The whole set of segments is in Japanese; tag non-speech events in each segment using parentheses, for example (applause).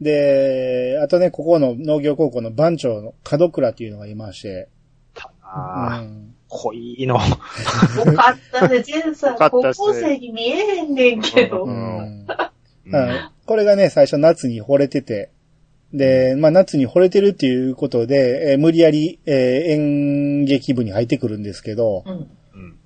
で、あとね、ここの農業高校の番長の門倉っていうのがいまして。ああ、うん濃いの。よかったね、ジェンさん、よか高ったっすね校生に見えへんねんけど。ううんううんんこれがね、最初夏に惚れてて、で、まあ夏に惚れてるっていうことで、えー無理やり、えー演劇部に入ってくるんですけど、うん。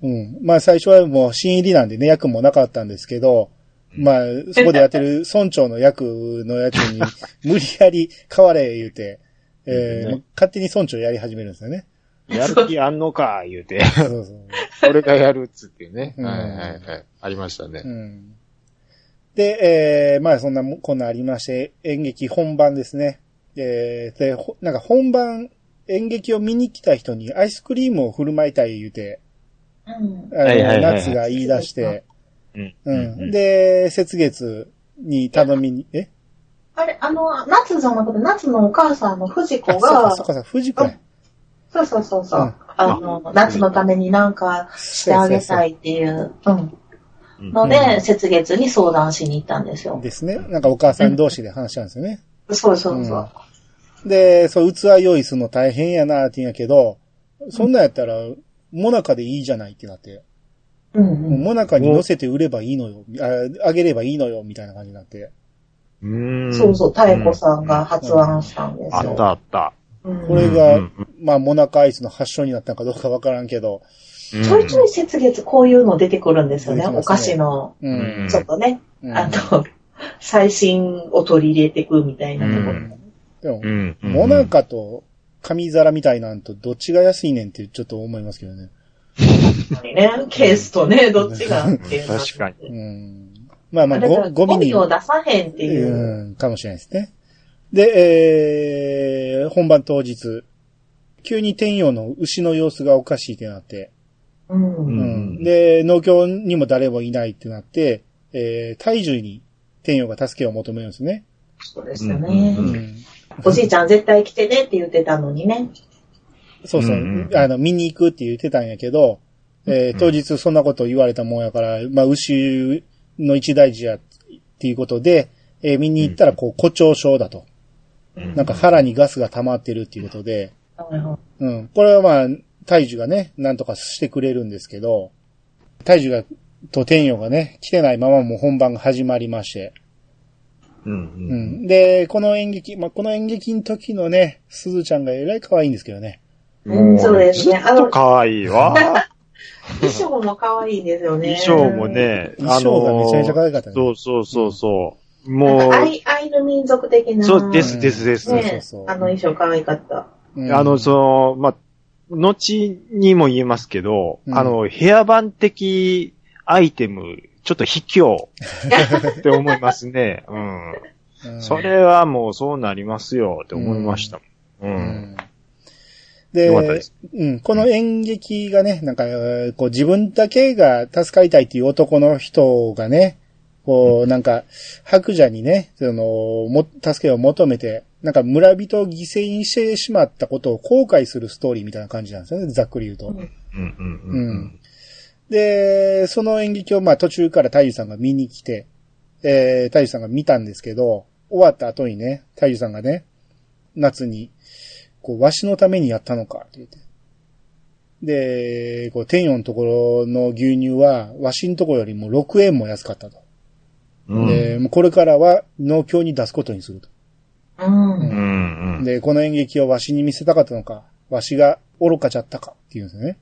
うんうん。まあ最初はもう新入りなんでね、役もなかったんですけど、まあ、そこでやってる村長の役のやつに、無理やり変われ言うて、えーね勝手に村長やり始めるんですよね。やる気あんのか、言うて。そうそう。 (laughs) 俺がやるっつってね。うんはいはいはい。ありましたうね。ん。で、えーまあそんなもこんなありまして、演劇本番ですね。えーで、ほなんか本番、演劇を見に来た人にアイスクリームを振る舞いたい言うて、うんあ。の、はいはいはい夏が言い出して、うんうん。で、雪月に頼みに、えあれ、あの、夏じゃなくて、夏のお母さんの藤あ、子そうがか、、そうか、そうか藤子や。そうそうそうそう、うんあの、夏のためになんかしてあげたいっていう、うん。うんので、うん雪月に相談しに行ったんですよ。ですね。なんかお母さん同士で話したんですよね。そうそうそう。で、そう、器用意するの大変やなって言うんやけど、そんなんやったら、モナカでいいじゃないってなって、うん、うん、モナカに乗せて売ればいいのよ、ああげればいいのよ、みたいな感じになって。うんそうそう、妙子さんが発案したんですあよ。ったあった。うんこれうがんうん、まあ、モナカアイスの発祥になったのかどうかわからんけど、うんちょいちょい雪月こういうの出てくるんですよね。出てきおますね菓子の、うん。うんちょっとね、うんあの、最新を取り入れていくみたいなところ。うんでもう、ん。うんモナ。カと紙皿みたいなんとどっちが安いねんってちょっと思いますけどね。ね、ケースとね、どっちがっていうのは確かにうん。まあまあ、だからごゴミに。を出さへんっていう。うん、かもしれないですね。で、えー、本番当日、急に天陽の牛の様子がおかしいってなって、う。うんん。うんで、農協にも誰もいないってなって、えー、体重に天陽が助けを求めるんですね。そうですよねう。んおじいちゃん絶対来てねって言ってたのにね。そうそう、うんうんあの、見に行くって言ってたんやけど、えー、当日そんなこと言われたもんやから、まあ、牛の一大事やっていうことで、えー見に行ったら、こう、誇張症だと。うんなんか腹にガスが溜まってるっていうことで、うんうん。これはまあ、大樹がね、なんとかしてくれるんですけど、大樹が、と天陽がね、来てないままもう本番が始まりまして。うんううん。ん。で、この演劇、まあ、この演劇の時のね、鈴ちゃんがえらい可愛いんですけどね。うんそうですねずっと可愛いわ。衣装も可愛いんですよね。衣装も。ね、衣装がめちゃめちゃ可愛かったね。そうそうそうそう。なんもかう、アイ、アイヌ民族的な。そうですですです。そうそねうそうあの衣装可愛かった。うんあの、その、まあ、後にも言いますけど、うんあの、ヘアバン的アイテム、ちょっと卑怯って思います (laughs) ね。ううんん。それはもうそうなりますよって思いましたもん。ううん。んでよかったですうん、この演劇がね、なんか、えーこう自分だけが助かりたいっていう男の人がね、こう、なんか、白蛇にね、その、も、助けを求めて、なんか村人を犠牲にしてしまったことを後悔するストーリーみたいな感じなんですよね、ざっくり言うと。うんうんううんんで、その演劇をまあ途中から太樹さんが見に来て、えー、太樹さんが見たんですけど、終わった後にね、太樹さんがね、夏に、こう、わしのためにやったのか、って言って。で、こう、天陽のところの牛乳は、わしのところよりも6円も安かったと。うん。で、もうこれからは農協に出すことにすると。うんう。んうん。で、この演劇をわしに見せたかったのか、わしが愚かじゃったか、って言うんですよね。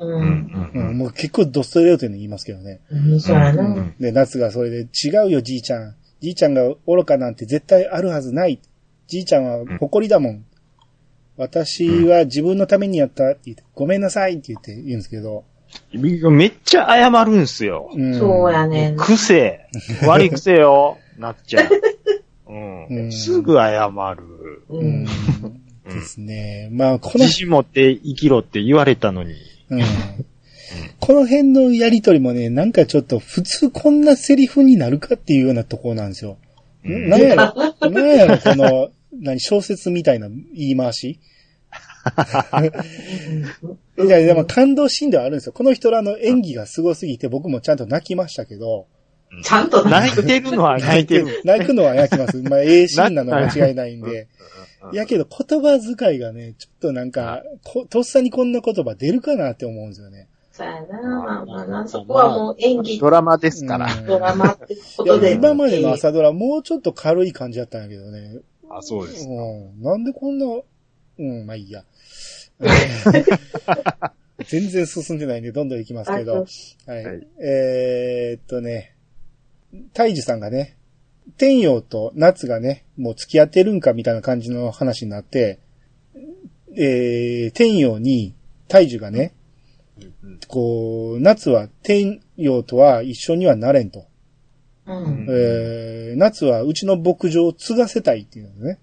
う。うんんうん、もう結構ドストレートに言いますけどね。うん。そうやうな。ん。で、夏がそれで、違うよ、じいちゃん。じいちゃんが愚かなんて絶対あるはずない。じいちゃんは誇りだもん。私は自分のためにやったって言って、ごめんなさいって言って言うんですけど。めっちゃ謝るんすよ。うん、そうやねん。癖、悪い癖よ、なっちゃ (laughs) う。ううんん。すぐ謝る。ううんん。ですね。まあ、この自、信持って生きろって言われたのに。うん、この辺のやりとりもね、なんかちょっと普通こんなセリフになるかっていうようなところなんですよ。うんなんやろ、なんやろ、この、何、小説みたいな言い回 (laughs) しいや、でも感動シーンではあるんですよ。この人らの演技がすごすぎて僕もちゃんと泣きましたけど、ちゃんと泣いてるのは泣いてる。泣くのは泣きます。まあ、ええシーンなのは間違いないんで。うんいやけど言葉遣いがね、ちょっとなんか、こ、とっさにこんな言葉出るかなって思うんですよね。そうやな、まあまあな、そこはもう演技、ドラマですから。うんドラマってこいやとで。今までの朝ドラ、もうちょっと軽い感じだったんやけどね。あ、そうです。うん。なんでこんな、うん、まあい (laughs) いや。全然進んでないんで、どんどん行きますけど。はい。はいえーっとね、大樹さんがね、天陽と夏がね、もう付き合ってるんかみたいな感じの話になって、えー、天陽に大樹がね、こう、夏は天陽とは一緒にはなれんと。うん。えー、夏はうちの牧場を継がせたいっていうのね。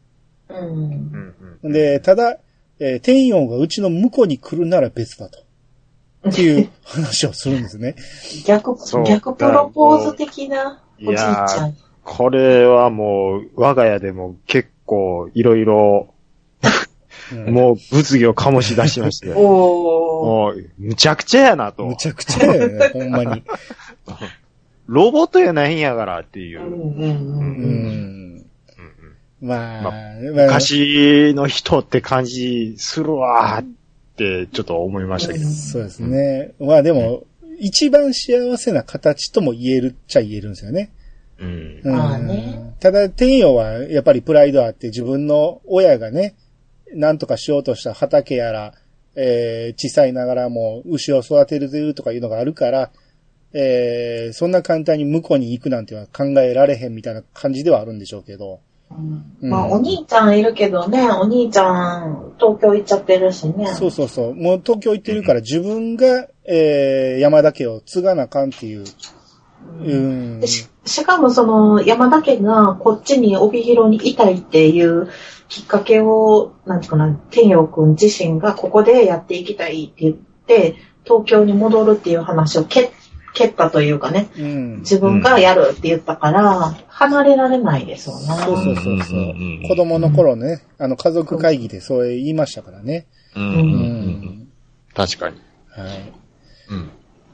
うん。うんうんうんで、ただ、えー天陽がうちの婿に来るなら別だと。っていう話をするんですね。逆そう、逆プロポーズ的なおいじいちやゃーん。これはもう、我が家でも結構、いろいろ、うんもう物議を醸し出しまして。おー。もう、むちゃくちゃやなとむ。ちゃくちゃやね、ほんまに。ロボットやないんやからっていうう。んうんうう。んん。まあ、ままあ昔の人って感じするわーって、ちょっと思いましたけど。そうですね。まあでも、一番幸せな形とも言えるっちゃ言えるんですよね。うんうんまあねただ、天陽はやっぱりプライドあって自分の親がね、なんとかしようとした畑やら、えー、小さいながらも牛を育てるぜとかいうのがあるから、えー、そんな簡単に向こうに行くなんては考えられへんみたいな感じではあるんでしょうけど。うんまあ、お兄ちゃんいるけどね、お兄ちゃん、東京行っちゃってるしね。そうそうそう。もう東京行ってるから自分が、えー、山田家を継がなあかんっていう。うん。でししかもその山田家がこっちに帯広にいたいっていうきっかけを、なんていうかな、天陽くん自身がここでやっていきたいって言って、東京に戻るっていう話を蹴蹴ったというかね、うん。自分がやるって言ったから、離れられないですよね。そうそうそうそううんうんうんうん子供の頃ね、あの家族会議でそう言いましたからね。うんうんうん。確かに。はい。うん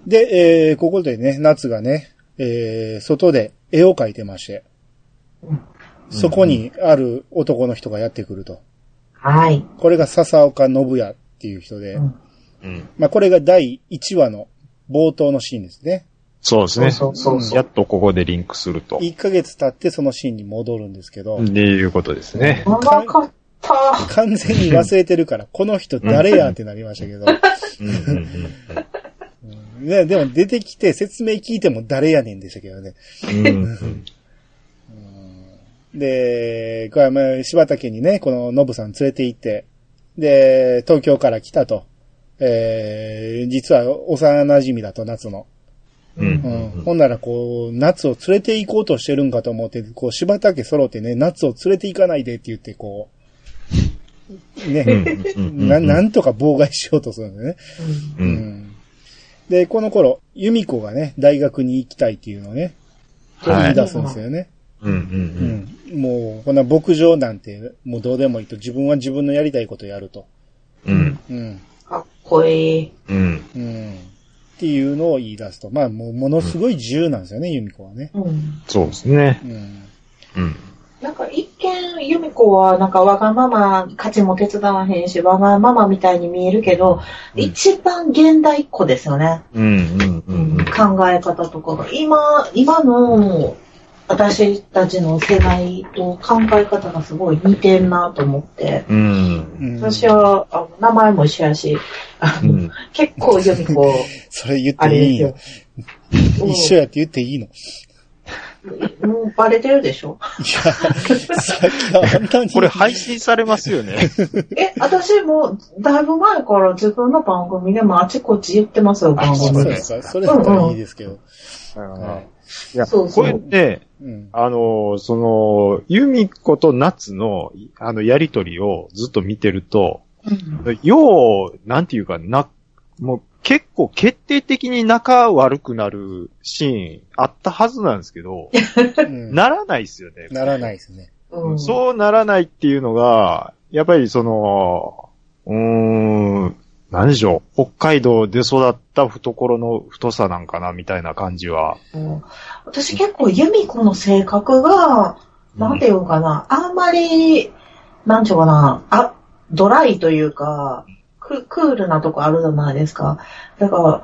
で、えーここでね、夏がね、えー外で絵を描いてましてうん、そこにある男の人がやってくると。はい。これが笹岡信也っていう人でう、んうんまあこれが第1話の冒頭のシーンですね。そうですね。そうそうそうやっとここでリンクすると。 1ヶ月経ってそのシーンに戻るんですけど、っていうことですね。長かった。完全に忘れてるから、この人誰やってなりました (laughs) けど、うんうんうんね、でも出てきて説明聞いても誰やねんでしたけどね。うんで、これはまあ柴田家にね、このノブさん連れて行って、で、東京から来たと。えー、実は幼馴染だと、夏の。うんうんう。うんんほんなら、こう、夏を連れて行こうとしてるんかと思って、こう、柴田家揃ってね、夏を連れて行かないでって言って、こう、ね、うんな、なんとか妨害しようとするんだよね。うんううんん。で、この頃、由美子がね、大学に行きたいっていうのをね、は言いい。出すんですよね。うんうんうんうんもう、こんな牧場なんて、もうどうでもいいと、自分は自分のやりたいことやると。うんうん。かっこいい。うんうん。っていうのを言い出すと。まあ、もう、ものすごい自由なんですよね、ユミコはね。うんそうですねう。ん。うんなんか一見、由美子はなんかわがまま、価値も手伝わへんし、わがままみたいに見えるけど、うん一番現代っ子ですよね。うんうんうんうん考え方とかが。今、今の私たちの世代と考え方がすごい似てんなと思って。うんうん、私は、あの名前も一緒やし、あうのん結構由美子、それ言っあれていでいすよの。一緒やって言っていいのいうんもうバレてるでしょや、さっきはあんなに。これ配信されますよね。え、私もだいぶ前から自分の番組でもあちこち言ってますよ、番そう組でで。すか。それだったらいいですけど。いや、そうこそうれね、うん。あの、その、ユミコとナツの、あの、やりとりをずっと見てると、うんよう、なんていうかな、もう結構決定的に仲悪くなるシーンあったはずなんですけ (laughs) ど、うんならないですよね。ならないですね。うんそうならないっていうのが、やっぱりその、うーん、何でしょう、北海道で育った懐の太さなんかな、みたいな感じは。うん私結構ユミコの性格が、なんていうのかな、あんまり、なんちゅうかな、あ、ドライというか、ククールなとこあるじゃないですか。だから、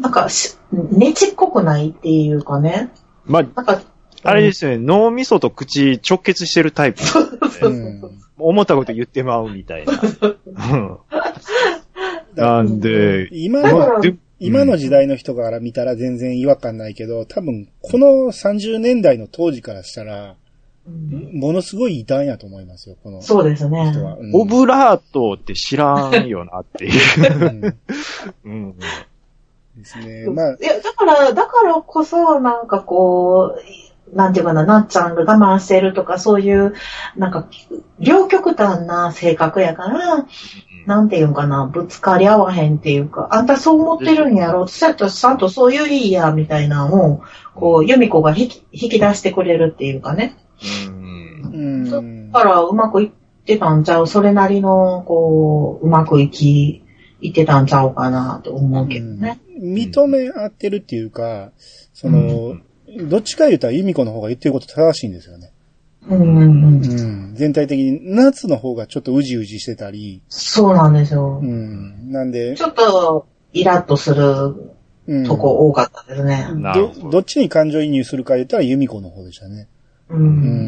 なんかし、ねちっこくないっていうかね。まあ、なんか、あれですよね、脳みそと口直結してるタイプ。 (laughs) う。そうそうん思 (laughs) ったこと言ってまうみたいな。うんなんで、今だかの、らで今の時代の人から見たら全然違和感ないけど、多分、この30年代の当時からしたら、うんものすごい異端やと思いますよ、この人そうですね。は。うんオブラートって知らんよなっていう。うんで (laughs) うんすね。まあ、いや、だから、だからこそ、なんかこう、なんていうかな、なっちゃんが我慢してるとか、そういう、なんか、両極端な性格やから、なんていうんかな、ぶつかり合わへんっていうか、あんたそう思ってるんやろ、ちゃんとちゃんとそういういいや、みたいなのを、こう、由美子が引き引き出してくれるっていうかね。うんうんだ。から、うまくいってたんちゃう、それなりの、こう、うまくいき、いってたんちゃうかな、と思うけどね。認め合ってるっていうか、その、どっちか言うたら由美子の方が言ってること正しいんですよね。うん、うん、うん。うん。全体的に、夏の方がちょっとうじうじしてたり、そうなんですよう。ん。なんで、ちょっと、イラッとするうん。とこ多かったですね。なるほどど、どっちに感情移入するか言ったら由美子の方でしたね。うん。う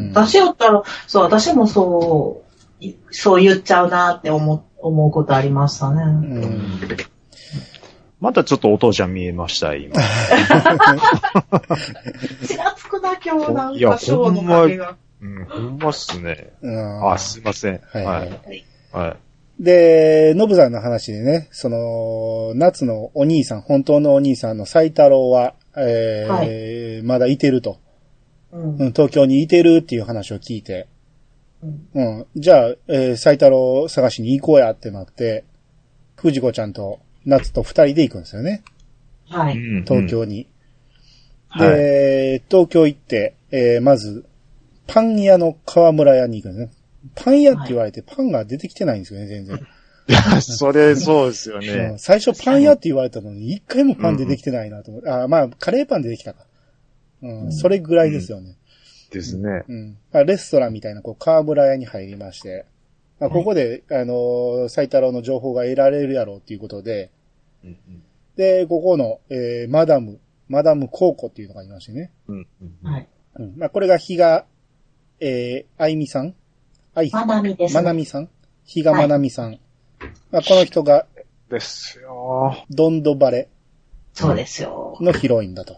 ん私やったら、そう、私もそう、いそう言っちゃうなって思う、思うことありましたうね。ん。またちょっとお父ちゃん見えました、今。ちらつくな、今日なんいやか、ショーの影が。うん、ほんまっすね。うんあ、すいません。はいは。はいい。はい。で、ノブさんの話でね、その、夏のお兄さん、本当のお兄さんの斎太郎は、えーはまだいてると、うんうん。東京にいてるっていう話を聞いて、うんうん。じゃあ、えー、斎太郎探しに行こうやってなって、藤子ちゃんと夏と二人で行くんですよね、はうい。ん東。京に。うんはいで、東京行って、えーまず、パン屋の河村屋に行くんですね。パン屋って言われて、パンが出てきてないんですよね、全然。いや、それ、そうですようんね。最初パン屋って言われたのに、一回もパン出てきてないなと思って。あ、まあ、カレーパン出てきたか。うん、それぐらいですよね。ですね。うん。あレストランみたいな、こう、河村屋に入りまして。あここで、あのー、斎太郎の情報が得られるやろうっていうことで、うんで、ここの、えーマダム、マダムコーコっていうのがいましてね。うんうんはい。うん。まあ、これが比嘉、えー、あいみさんあい、まなみです、まなみさん比嘉まなみさん。まあ、この人が、ですよ。ドンドバレそうですよ。のヒロインだと。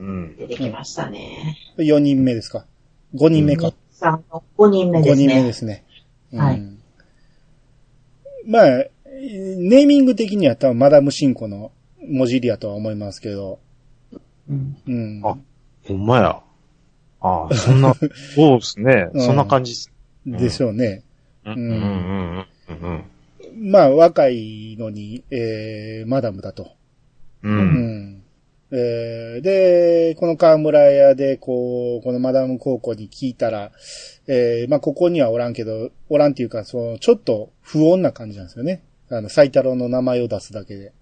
うん。出てきましたね。 4人目ですか ?5 人目か。さんの5人目で5す人目ねで。すね。はいうんまあ、えーネーミング的には多分マダムシンコの文字リアとは思いますけど、うんうん。あほんまや。ああ、そん (laughs) な、そうですね。うんそんな感じっす。でしょうね。うんうんうんうんまあ、若いのに、えー、マダムだと。う。うんん。えーで、この河村屋で、こう、このマダム高校に聞いたら、えーまあ、ここにはおらんけど、おらんっていうか、その、ちょっと不穏な感じなんですよね。あの、斎太郎の名前を出すだけで。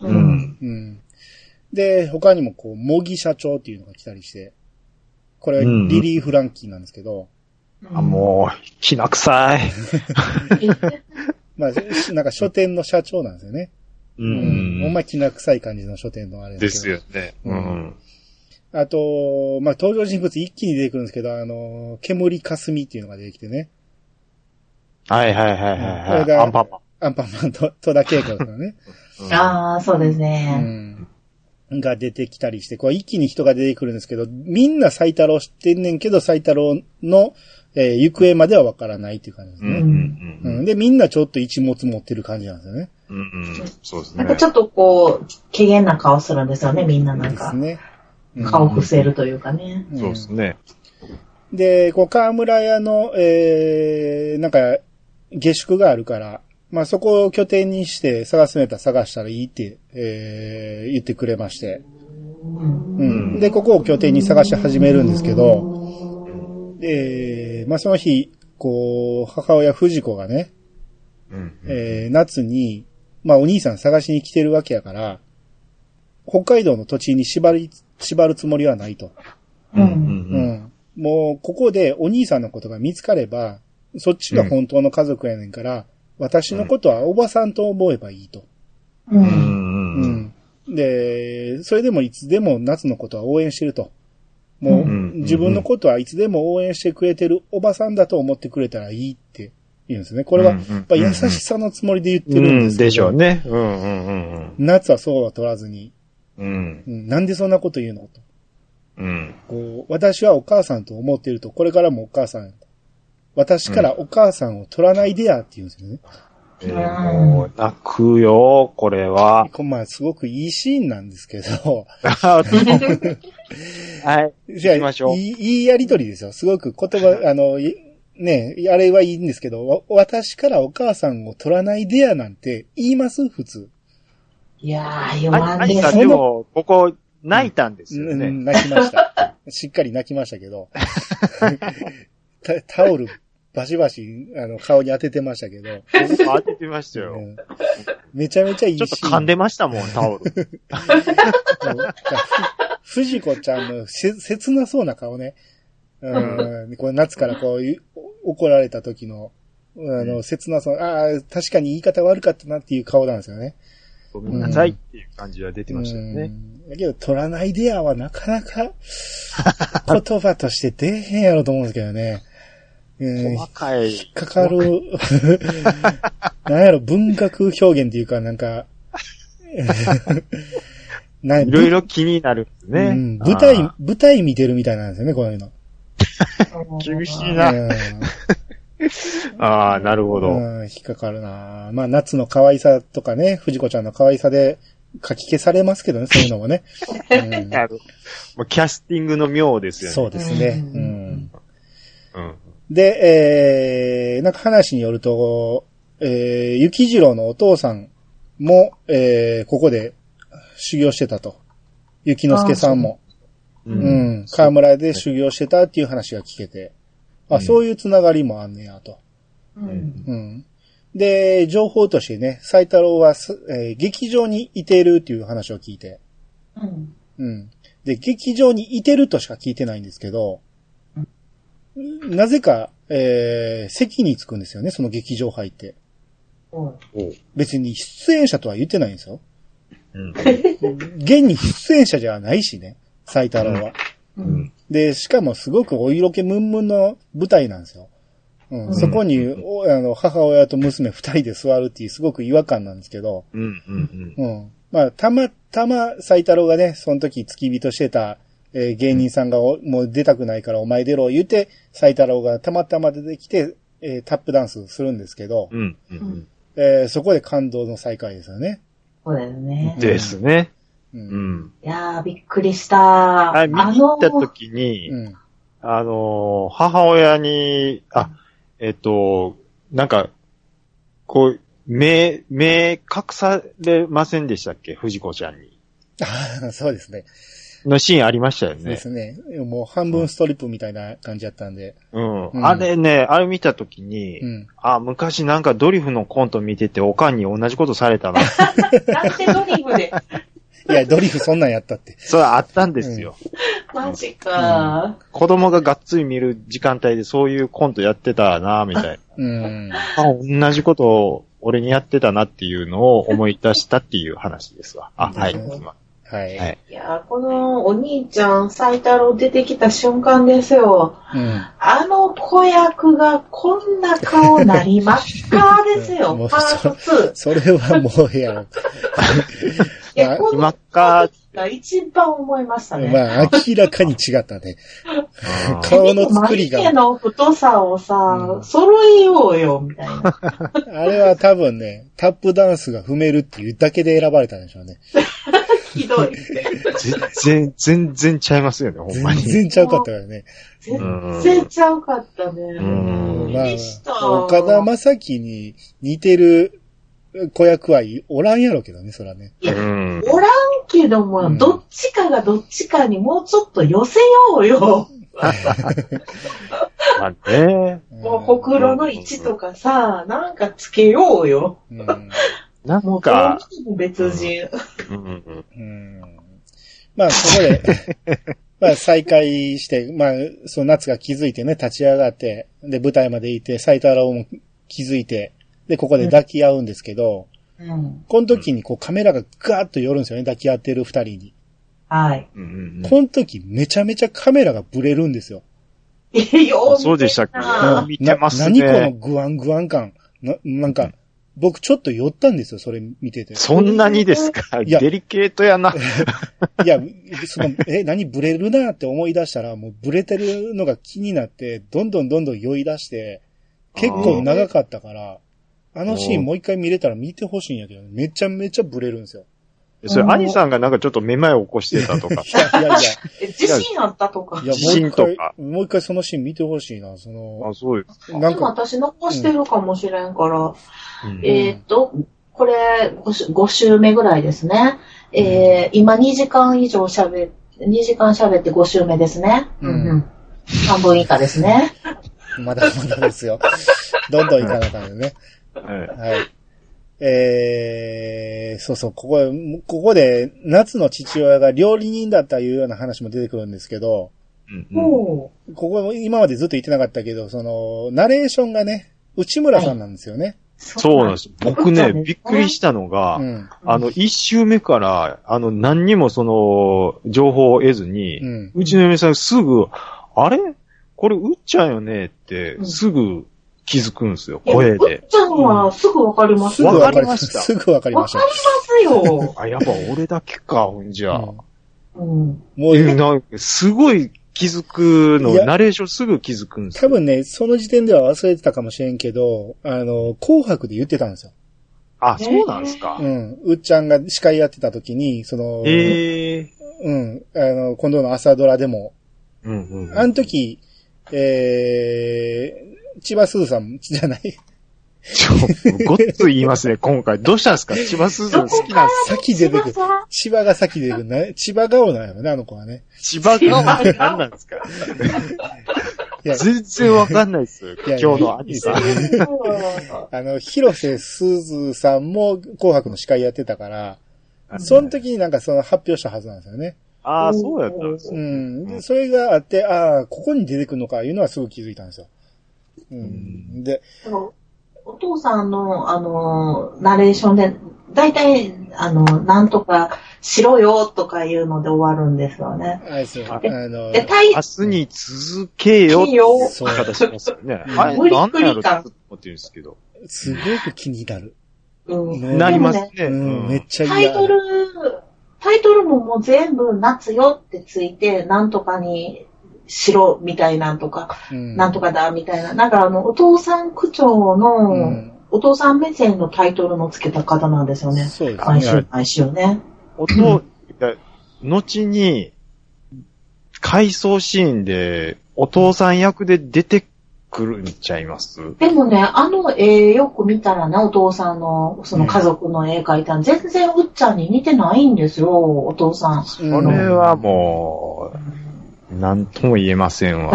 うん。うん。うん。で、他にもこう、茂木社長っていうのが来たりして、これ、うんリリー・フランキーなんですけど、あ、もう、きな臭い。ま (laughs) あ、しなんか書店の社長なんですよね。ううん。ほんま気な臭い感じの書店のあれでけどすよね。うん。あと、まあ、登場人物一気に出てくるんですけど、あの、煙かすみっていうのが出てきてね、はいはいはいこはれいはい。がアンパンマン。アンパンマンと戸田恵子とかね、うんああ、そうですうね。ん。が出てきたりして、こう一気に人が出てくるんですけど、みんな斎太郎知ってんねんけど、斎太郎の、えー行方まではわからないっていう感じですうね。んうんううんん、で、みんなちょっと一物持ってる感じなんですよね。うんうん。そうですなねんか。ちょっとこう、機嫌な顔するんですよね、みんななんですか。ね。うん顔伏せるというかね。うんそうですね。で、こう、河村屋の、えー、なんか、下宿があるから、まあ、そこを拠点にして探すんやったら探したらいいって、えー、言ってくれまして。うん。うん。で、ここを拠点に探し始めるんですけど、えー、まあ、その日、こう、母親藤子がね、うん。えー、夏に、まあお兄さん探しに来てるわけやから、北海道の土地に縛り、縛るつもりはないと。うう。ん。うんん。もう、ここでお兄さんのことが見つかれば、そっちが本当の家族やねんから、私のことはおばさんと思えばいいと。う。うんん。うん。うん。で、それでもいつでも夏のことは応援してると。もう、うん自分のことはいつでも応援してくれてるおばさんだと思ってくれたらいいって言うんですね。これは、うやんうんっぱ優しさのつもりで言ってうるんでんすけど、でしょうね。うんうんうん夏はそうは取らずに、うん。ううん。んなんでそんなこと言うのと。うん。こう、私はお母さんと思っていると、これからもお母さん。私からお母さんを取らないでやって言うんですよね。えーもう泣くよ、これは。これまあ、すごくいいシーンなんですけど。 (laughs) はい。いや行きましょういい、いいやりとりですよ。すごく言葉、あの、いね、あれはいいんですけど、わ私からお母さんを取らないでやなんて言います普通。いやー、読あまんアでニさすん、でも、ここ、泣いたんですようね。ん泣きました。 (laughs) しっかり泣きましたけど。 (laughs) タタオルバシバシ、あの、顔に当ててましたけど。僕も当ててましたうよ。んめちゃめちゃいいちシーょっン。と噛んでましたもん、タオル。うんだからふ (laughs) 藤子ちゃんのせ切なそうな顔ね。うん、こう夏からこういうお怒られた時の、あうの、切なそう、ああ、確かに言い方悪かったなっていう顔なんですよね。ごめんなさいっていう感じは出てましたようね。んだけど、取らないでアはなかなか (laughs) 言葉として出えへんやろと思うんですけどね。うん、引っ細かい。かかる、なんやろ、文学表現っていうか、なん (laughs) か、ないろいろ気になるんですね。うん、舞台あ、舞台見てるみたいなんですよね、こういうの。厳しいうんな。ああ、なるほど。うん、引っかかるなまあ、夏の可愛さとかね、藤子ちゃんの可愛さで書き消されますけ (laughs) どね、そういうのもね。うんなるもうキャスティングの妙ですよね。そうですね。ううんん、うん。で、えー、なんか話によると、えー、雪次郎のお父さんも、えー、ここで修行してたと。雪之助さんも。う。うんん。河村屋で修行してたっていう話が聞けて。うあ、んそういうつながりもあんねや、と。うん。うん。で、情報としてね、斎太郎はす、えー劇場にいてるっていう話を聞いて。うん。うん。で、劇場にいてるとしか聞いてないんですけど、なぜか、えー席に着くんですよね、その劇場入って。うん別に出演者とは言ってないんですよ。うん現に出演者じゃないしね、斎太郎は。うん。で、しかもすごくお色気ムンムンの舞台なんですよ。うんうんそこに、おあの、母親と娘二人で座るっていうすごく違和感なんですけど、うん。うん。うん。まあ、たまたま、斎太郎がね、その時付き人してた、えー芸人さんがお、もう出たくないからお前出ろ言うて、斎太郎がたまたま出てきて、えータップダンスするんですけど、うん。うん。えーそこで感動の再会ですよね。そうだよね。ですね。う。うんん。いやー、びっくりした。あ、見に行ったあの時に、うん。あのー、母親に、あ、えっと、なんか、こう、目、目隠されませんでしたっけ藤子ちゃんに。あ (laughs) そうですね。のシーンありましたよそうでね。すね。もう半分ストリップみたいな感じだったんで。うん。うんあれね、あれ見たときに、うん。あ、昔なんかドリフのコント見てて、おかんに同じことされたな。 (laughs) なんてドリフで。いや、ドリフそんなんやったって。それあったんですよ。マジか。子供ががっつり見る時間帯でそういうコントやってたな、みたいうん。 (laughs) な。あ、同じことを俺にやってたなっていうのを思い出したっていう話ですわ。あ、はい。うん今はい。はいいやー、このお兄ちゃん、斎太郎出てきた瞬間ですよ。うん。あの子役がこんな顔なりまっかーですよもう、パート2。それはもう、い (laughs) や、いや、こ今のっか子が一番思いましたね。まあ、明らかに違ったね。ーか顔の作りが手の太さをさ、うん揃えようよ、みたい (laughs) な。あれは多分ね、タップダンスが踏めるっていうだけで選ばれたんでしょうね。ひどい。 (laughs) 全然、全然ちゃいますよね、ほんま全に。然ちゃうかったからね。全然ちゃうかったね。んまびっくありした。、岡田正樹に似てる子役はいおらんやろうけどね、そらね。うん。おらんけども、うんどっちかがどっちかにもうちょっと寄せようよ。まあね。んもうほくろの位置とかさ、なんかつけようよ。うんなんもう、どうか見、ても別人。うんうんうんうんまあ、そこ (laughs) で、まあ、再会して、まあ、その夏が気づいてね、立ち上がって、で、舞台まで行って、斎太郎も気づいて、で、ここで抱き合うんですけど、うん。この時にこうカメラがガーッと寄るんですよね、抱き合ってる二人に。はい。うんうんうんこの時めちゃめちゃカメラがブレるんですよ。え、よあそうでしたっけあん見てますな何このね。グワングワン感。な、なんか、僕ちょっと寄ったんですよ、それ見てて。そんなにですかいやデリケートやな。いや、その、 (laughs) え、何ブレるなって思い出したら、もうブレてるのが気になって、どんどんどんどん酔い出して、結構長かったから、あのシーンもう一回見れたら見てほしいんやけど、めちゃめちゃブレるんです (laughs) よ。 (laughs) それ、兄さんがなんかちょっとめまいを起こしてたとか。いやいやいや、え自信あったとかい。や地震もう一と回か、もう一回そのシーン見てほしいな、その (laughs) あ、、そうです。なんでか、も私残してるかもしれんから、うんえーっと、これ5週、5週目ぐらいですね。えー、今2時間以上喋、2時間喋って5週目ですね。ううんんうん。半分以下ですね。まだまだですよ。どんどん行かなあかんよね。はいはい。えー、そうそう、ここ、ここで、夏の父親が料理人だったいうような話も出てくるんですけど、うんうんもここ、今までずっと言ってなかったけど、その、ナレーションがね、内村さんなんですよね。う。そうなんです。僕ね、うんびっくりしたのがう、ん。あの、一周目から、あの、何にもその、情報を得ずにう、ん。うちの嫁さんすぐ、あれこれ、うっちゃんよねってう、んすぐ気づくんですよ、いや声でう。っちゃんはすぐわかりますすよ。ぐわわかかりりままし。したたすぐわかりわましかたり。ますよ。あ、やっぱ俺だけか、ほんじゃ。うんうん。もえう、なんかすごい気づくのいや、ナレーションすぐ気づくんです多よ。分ね、その時点では忘れてたかもしれんけど、あの、紅白で言ってたんですよ。あ、そうなんですかう。ん。うっちゃんが司会やってた時に、その、ええ。うん。あの、今度の朝ドラでも、うんうんうんあの時、えー、千葉すずさんじゃないちょごっつ言いますね、今回。どうしたんですか千葉すずさん好きなんです先出てくる。千葉が先出てくるな。千葉顔なんやろね、あの子はね。千葉が何なんですかいや全然わかんないですよ。いや今日の兄さん。あの、広瀬すずさんも紅白の司会やってたから、はいその時になんかその発表したはずなんですよね。ああ、そうやったんですうねん。で、それがあって、ああ、ここに出てくるのか、いうのはすぐ気づいたんですよ。う。うんんで、お父さんの、あの、ナレーションで、大体、あの、なんとかしろよとかいうので終わるんですよね。あれですよ、ああの、で、大明日に続けよっていう形しますよね。そうあれ、なんなんやろって思ってるんですけど。すごく気になる。うんねなりますね。う、うんめっんちゃタ嫌イトル、タイトルももう全部夏よってついて、なんとかにしろみたいなんとか、うんなんとかだみたいな。なんかあの、お父さん区長の、うんお父さん目線のタイトルの付けた方なんですよね。そうです毎ね。週、毎週ね。音、後に、回想シーンで、お父さん役で出てくるんちゃいますでもね、あの絵よく見たらね、お父さんの、その家族の絵描いたの、全然うっちゃんに似てないんですよ、お父さん。そこれはもう、なんとも言えませんわ。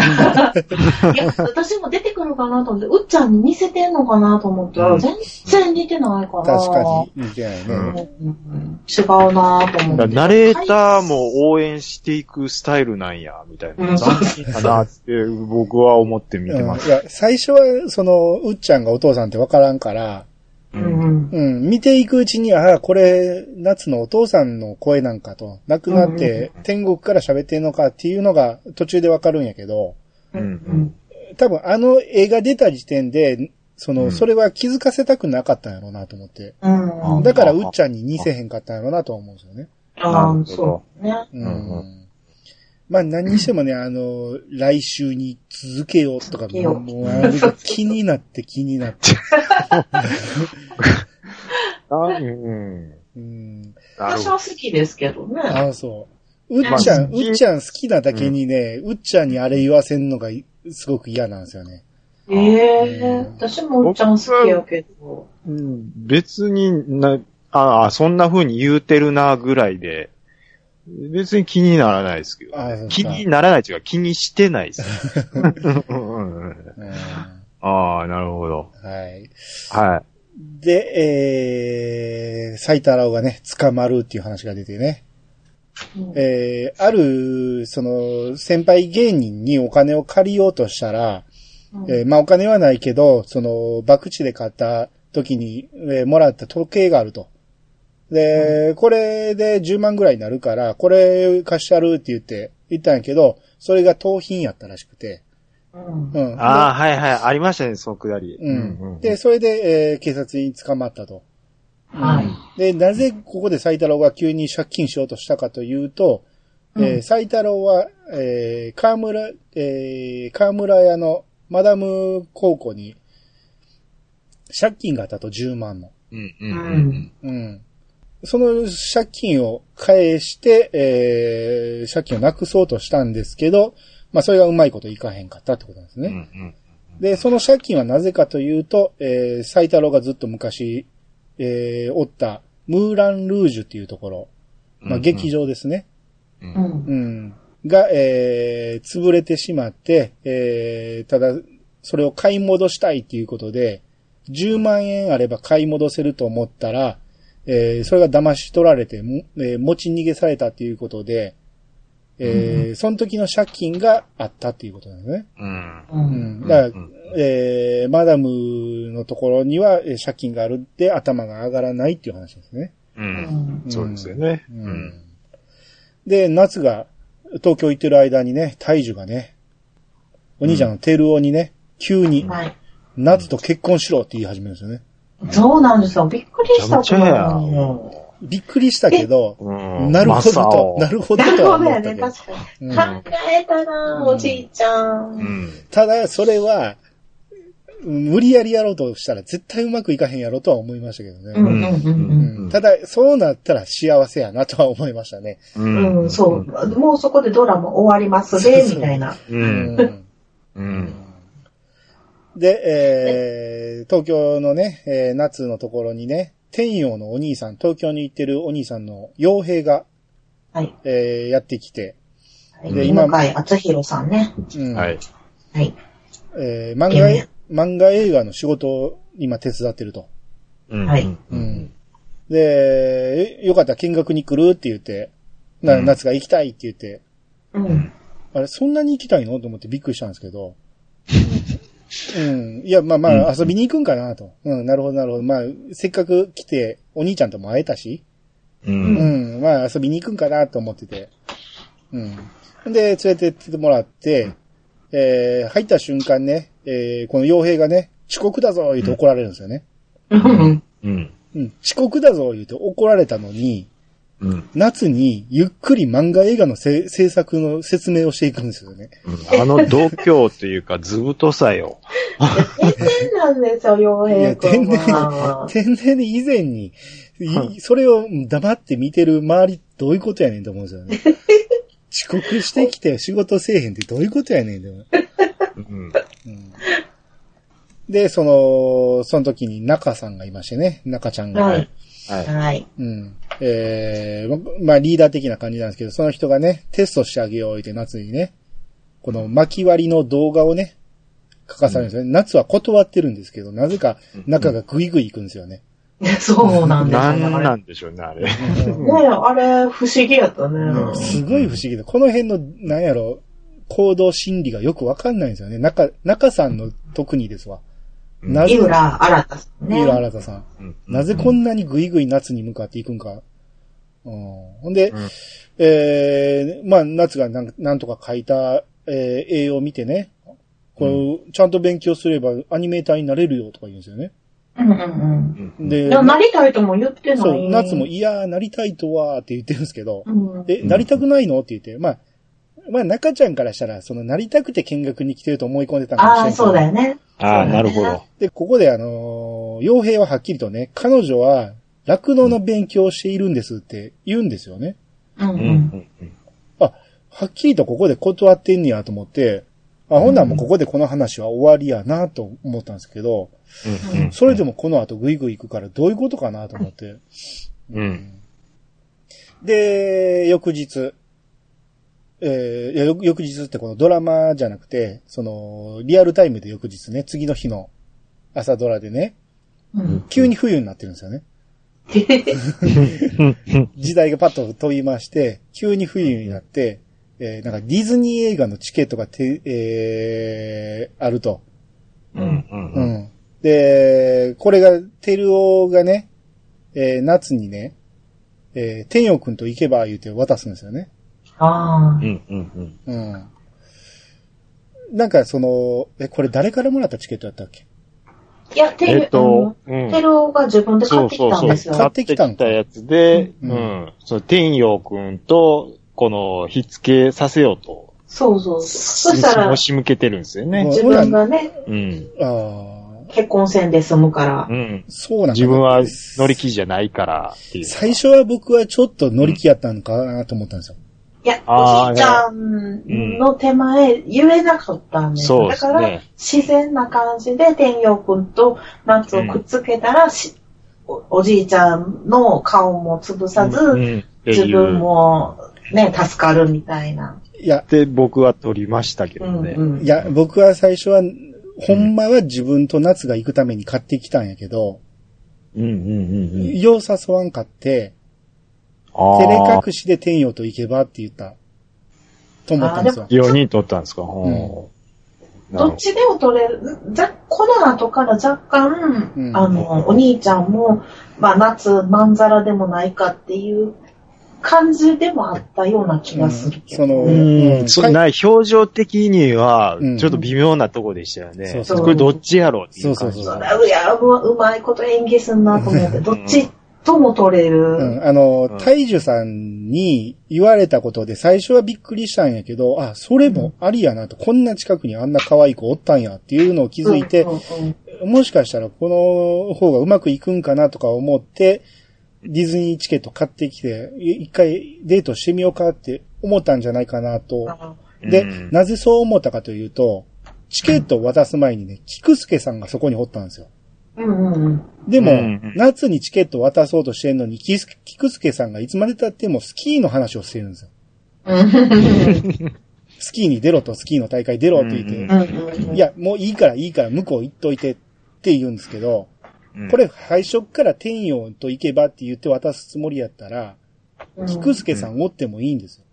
いや、私も出てくるかなと思って、うっちゃんに似せてんのかなと思ったうら、ん全然似てないから。確かに似てないね。ううんんうん違うなぁと思って。ナレーターも応援していくスタイルなんや、みたいうんな。斬新だなって僕は思って見てうまん、いす。や、最初は、その、うっちゃんがお父さんってわからんから、ううんんうん、見ていくうちに、ああ、これ、夏のお父さんの声なんかと、亡くなって、天国から喋ってんのかっていうのが途中でわかるんやけど、ううんん多分あの絵が出た時点で、その、うんそれは気づかせたくなかったんやろうなと思って。うん。うんだから、うっちゃんに似せへんかったんやろうなとは思うんですよね。あーそうね。う。うんまあ、何にしてもね、あの、来週に続けようとか、続けようもう、あの気になって気になって。あうん。うん。なる私ほどは好きですけどね。ああ、そう。うっちゃん、まあうっちゃん好きなだけにね、うっちゃんにあれ言わせんのがいすごく嫌なんですよね。ええ私もうっちゃん好きやけど。うん別にな、ああ、そんな風に言うてるなぐらいで、別に気にならないですけどあそうか、気にならないというか気にしてないです。 (laughs) うんうんうんうんはああ、なるほど。い。はい。で、えー、サイタラオがね、捕まるっていう話が出てね。うんえー、ある、その、先輩芸人にお金を借りようとしたら、うんえーまあお金はないけど、その、博打で買った時に、えーもらった時計があると。で、これで10万ぐらいになるから、これ貸してやるって言って、言ったんやけど、それが盗品やったらしくて。うんうん。ああ、はいはい。ありましたね、そのくだり。うん。で、それで、えー警察に捕まったと。はい。で、なぜここで斎太郎が急に借金しようとしたかというと、うんえー斎太郎は、えー河村、えー河村屋のマダム高校に、借金があったと10万の。うんううんうんん。うん。その借金を返して、えー借金をなくそうとしたんですけど、まあそれがうまいこといかへんかったってことなんですね。うんで、その借金はなぜかというと、えー、斎太郎がずっと昔、えー、おった、ムーラン・ルージュっていうところ、まあ、劇。場ですね。うんううんうん。ん。が、えー、潰れてしまって、えー、ただ、それを買い戻したいっていうことで、10万円あれば買い戻せると思ったら、えー、それが騙し取られて、もえー持ち逃げされたっていうことで、えー、その時の借金があったっていうことなんですね。うんう。うんん。だうからん、えー、マダムのところには、えー借金があるって頭が上がらないっていう話ですね。う。うんん。そうですよね。う。うんん。で、夏が東京行ってる間にね、大樹がね、お兄ちゃんのテルオにね、急に、はい。夏と結婚しろって言い始めるんですよね。そうなんですよ。びっくりしたことなのよ。びっくりしたけど、うんなるほどと、なるるほどなるとはほ思どよったけね、ど。確かうに。ん考えたな、おじいちゃ。うんん。ただ、それは、無理やりやろうとしたら絶対うまくいかへんやろとは思いましたけどね。うんうんうんただ、そうなったら幸せやなとは思いましたね。ううん。うん、そう。もうそこでドラマ終わりますそうで、そうみたいな。う。うんんうん。で、えー東京のね、えー夏のところにね、天陽のお兄さん、東京に行ってるお兄さんの傭兵が、はい。えーやってきて、はいで犬今飼敦弘さんね。うんはい。はい。えー漫画え、漫画映画の仕事を今手伝ってると。うんはいうん。で、えよかったら見学に来るって言って、なうん夏が行きたいって言って、うん。あれ、そんなに行きたいのと思ってびっくりしたんですけ (laughs) ど。うん。いや、まあまあ、遊びに行くんかなと。うん、なるほど、なるほど。まあ、せっかく来て、お兄ちゃんとも会えたし、うん。うん、まあ、遊びに行くんかなと思ってて。うん。で、連れてってもらって、えー、入った瞬間ね、えー、この傭兵がね、遅刻だぞ言うて怒られるんですよね。うん。うん。うん、遅刻だぞ言うて怒られたのに、うん。夏にゆっくり漫画映画のせ制作の説明をしていくんですよね。あの度胸というか、ずぶとさよ。天然なんですよ、洋いや平天君然 (laughs) は。天然以前に、はいいそれを黙って見てる周りどういうことやねんと思うんですよね。遅刻してきて仕事せえへんってどういうことやねんって思う。うん。うんで、その、その時に中さんがいましてね、中ちゃんが。はい。ははい。 (laughs) うん。えー、ままあリーダー的な感じなんですけど、その人がね、テストしてあげようって夏にね、この巻き割りの動画をね、書かされるんですよね。夏は断ってるんですけど、なぜか中がグイグイ行くんですよね。そうなんい。ですなよ。んだかならんでしょうね、あれ。うんねえあれ、不思議やったね。すごい不思議で、この辺の、なんやろ、行動心理がよくわかんないんですよね。中、中さんの特にですわ。なぜ井、浦新さんね。井浦新さん。なぜこんなにぐいぐい夏に向かっていくんか。うん、ほんで、うんえーまあ、夏がなんなんとか書いた、えー、絵を見てね、これ、ちゃんと勉強すればアニメーターになれるよとか言うんですよね。うんうんうんうで、ん。いや、なりたいとも言ってない。そう、夏も、いやー、なりたいとはって言ってるんですけど、うん。え、うんなりたくないのって言って、まあ、まあ、中ちゃんからしたら、その、なりたくて見学に来てると思い込んでたんああ、そうだよ。よね。ああ、なるほど。で、ここであのー、傭兵ははっきりとね、彼女は、酪農の勉強をしているんですって言うんですよね。うんううん。ん。はっきりとここで断ってんねやと思って、あ、ほんならもうここでこの話は終わりやなと思ったんですけど、それでも。もこの後グイグイ行くからどういうことかなと思って。うん。で、翌日、えーいやよ翌日ってこのドラマじゃなくて、その、リアルタイムで翌日ね、次の日の朝ドラでね、うん。急に冬になってるんですよね。時代がパッと飛びまして、急に冬になって、えーなんかディズニー映画のチケットがて、えーあると。うんううんん。で、これが、テルオがね、えー夏にね、えー天陽くんと行けば言うて渡すんですよね。ああう。んうんうん。なんかその、え、これ誰からもらったチケットだったっけいや、テえっル、と、ううんんテルが自分で買ってきたんそですよ。うそうそう買ってきたやつで、ううんん。その天陽くんと、この、ひっつけさせようと、そうそう。そしたら押、し向けてるんですよね。自分がね、うん。ああ、結婚戦で済むからう。ん。そうなんだ自分は乗り気じゃないからっていう。最初は僕はちょっと乗り気やったのかなと思ったんですよ。いや、あーおじいちゃんの手前、言えなかったんですそうでだすかねら、自然な感じで天陽くんと夏をくっつけたら、しおおじいちゃんの顔も潰さず、うんうんっていう自分もね、助かるみたいな。いや、で、僕は撮りましたけどね。うんうんいや、僕は最初は、ほんまは自分と夏が行くために買ってきたんやけど、うんうんうんうん。よう誘わんかって、あ照れー隠しで天陽と行けばって言った。と思ったんですよ。 4人撮ったんですか、んほうなどるっちでも取れる。んざコロナとから若干、うんあの、お兄ちゃんも、まあ、夏、まんざらでもないかっていう感じでもあったような気がするけど。うんそのううんん、そんな表情的にはうん、ちょっと微妙なとこでしたよね。そうそうこれどっちやろうっていう感じそうそうそううやうまうまいこと演技すんなと思って、どっちとも取れる。うん、あのう、ん大樹さんに言われたことで最初はびっくりしたんやけど、あ、それもありやなと、こんな近くにあんな可愛い子おったんやっていうのを気づいてう、んうんもしかしたらこの方がうまくいくんかなとか思って、ディズニーチケット買ってきて、い一回デートしてみようかって思ったんじゃないかなうんと。あでうん、なぜそう思ったかというと、チケットを渡す前にね、菊助さんがそこにおったんですよ。うんうんうん。でも、うんうん夏にチケットを渡そうとしてんのに、キス菊助さんがいつまで経ってもスキーの話をしてるんですよ。スキーに出ろと、スキーの大会出ろって言って、うんうんうんうんい、や、もういいからいいから向こう行っといてって言うんですけど、うんこれ最初っから天陽と行けばって言って渡すつもりやったら、うん菊助さんおってもいいんですよ。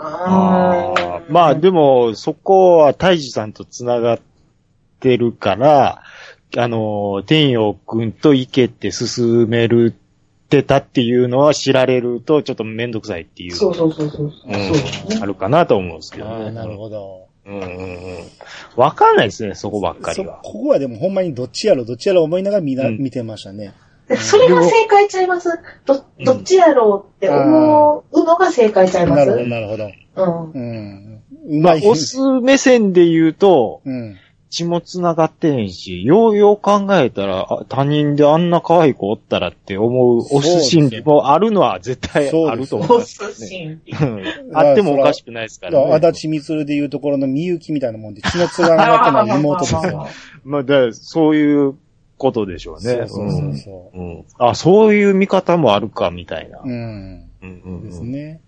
あーまあでも、そこは大治さんと繋がってるから、あの、天陽くんと行けって進めるってたっていうのは知られると、ちょっとめんどくさいっていう。そうそうそうそう。そううんねあるかなと思うんですけど、あね。あ、なるほど。うんうんうん。わかんないですね、そこばっかりそ、はこ。こはでもほんまにどっちやろどっちやろ思いながらみな、うん見てましたね。でそれが正解ちゃいますど、どっちやろうって思うのが正解ちゃいまなするほど、なるほど。うん。うん。うまい。オス目線で言うと、うん。血も繋がってへんし、ようよう考えたら、あ他人であんな可愛い子おったらって思うそうオですよス心理もあるのは絶対あると思おう。寿司。うんあってもおかしくないですかだら、かね。ら足立みつるでいうところのみゆきみたいなもんで、血のつながったのは妹ですよ。まあ、だからそういうことでしょうね。そうそうそうそうんうんあ、そういう見方もあるか、みたいな。う。うん。うんうんうんですね。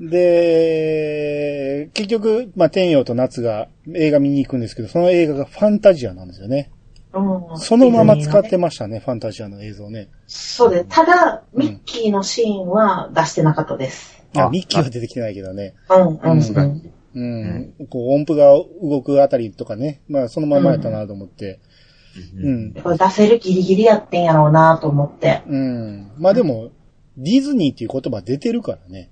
で、結局、まあ、天陽と夏が映画見に行くんですけど、その映画がファンタジアなんですよね。う (laughs) んそのまま使ってましたね、ファンタジアの映像ね。そうです。ただ、ミッキーのシーンは出してなかったです。ああミッキーは出てきてないけどね。うん、うん、うさすがん。うん。こう、音符が動くあたりとかね。まあ、そのままやったなと思って。ううんん。これ出せるギリギリやってんやろうなと思って。うん。まあでも、ディズニーっていう言葉出てるからね。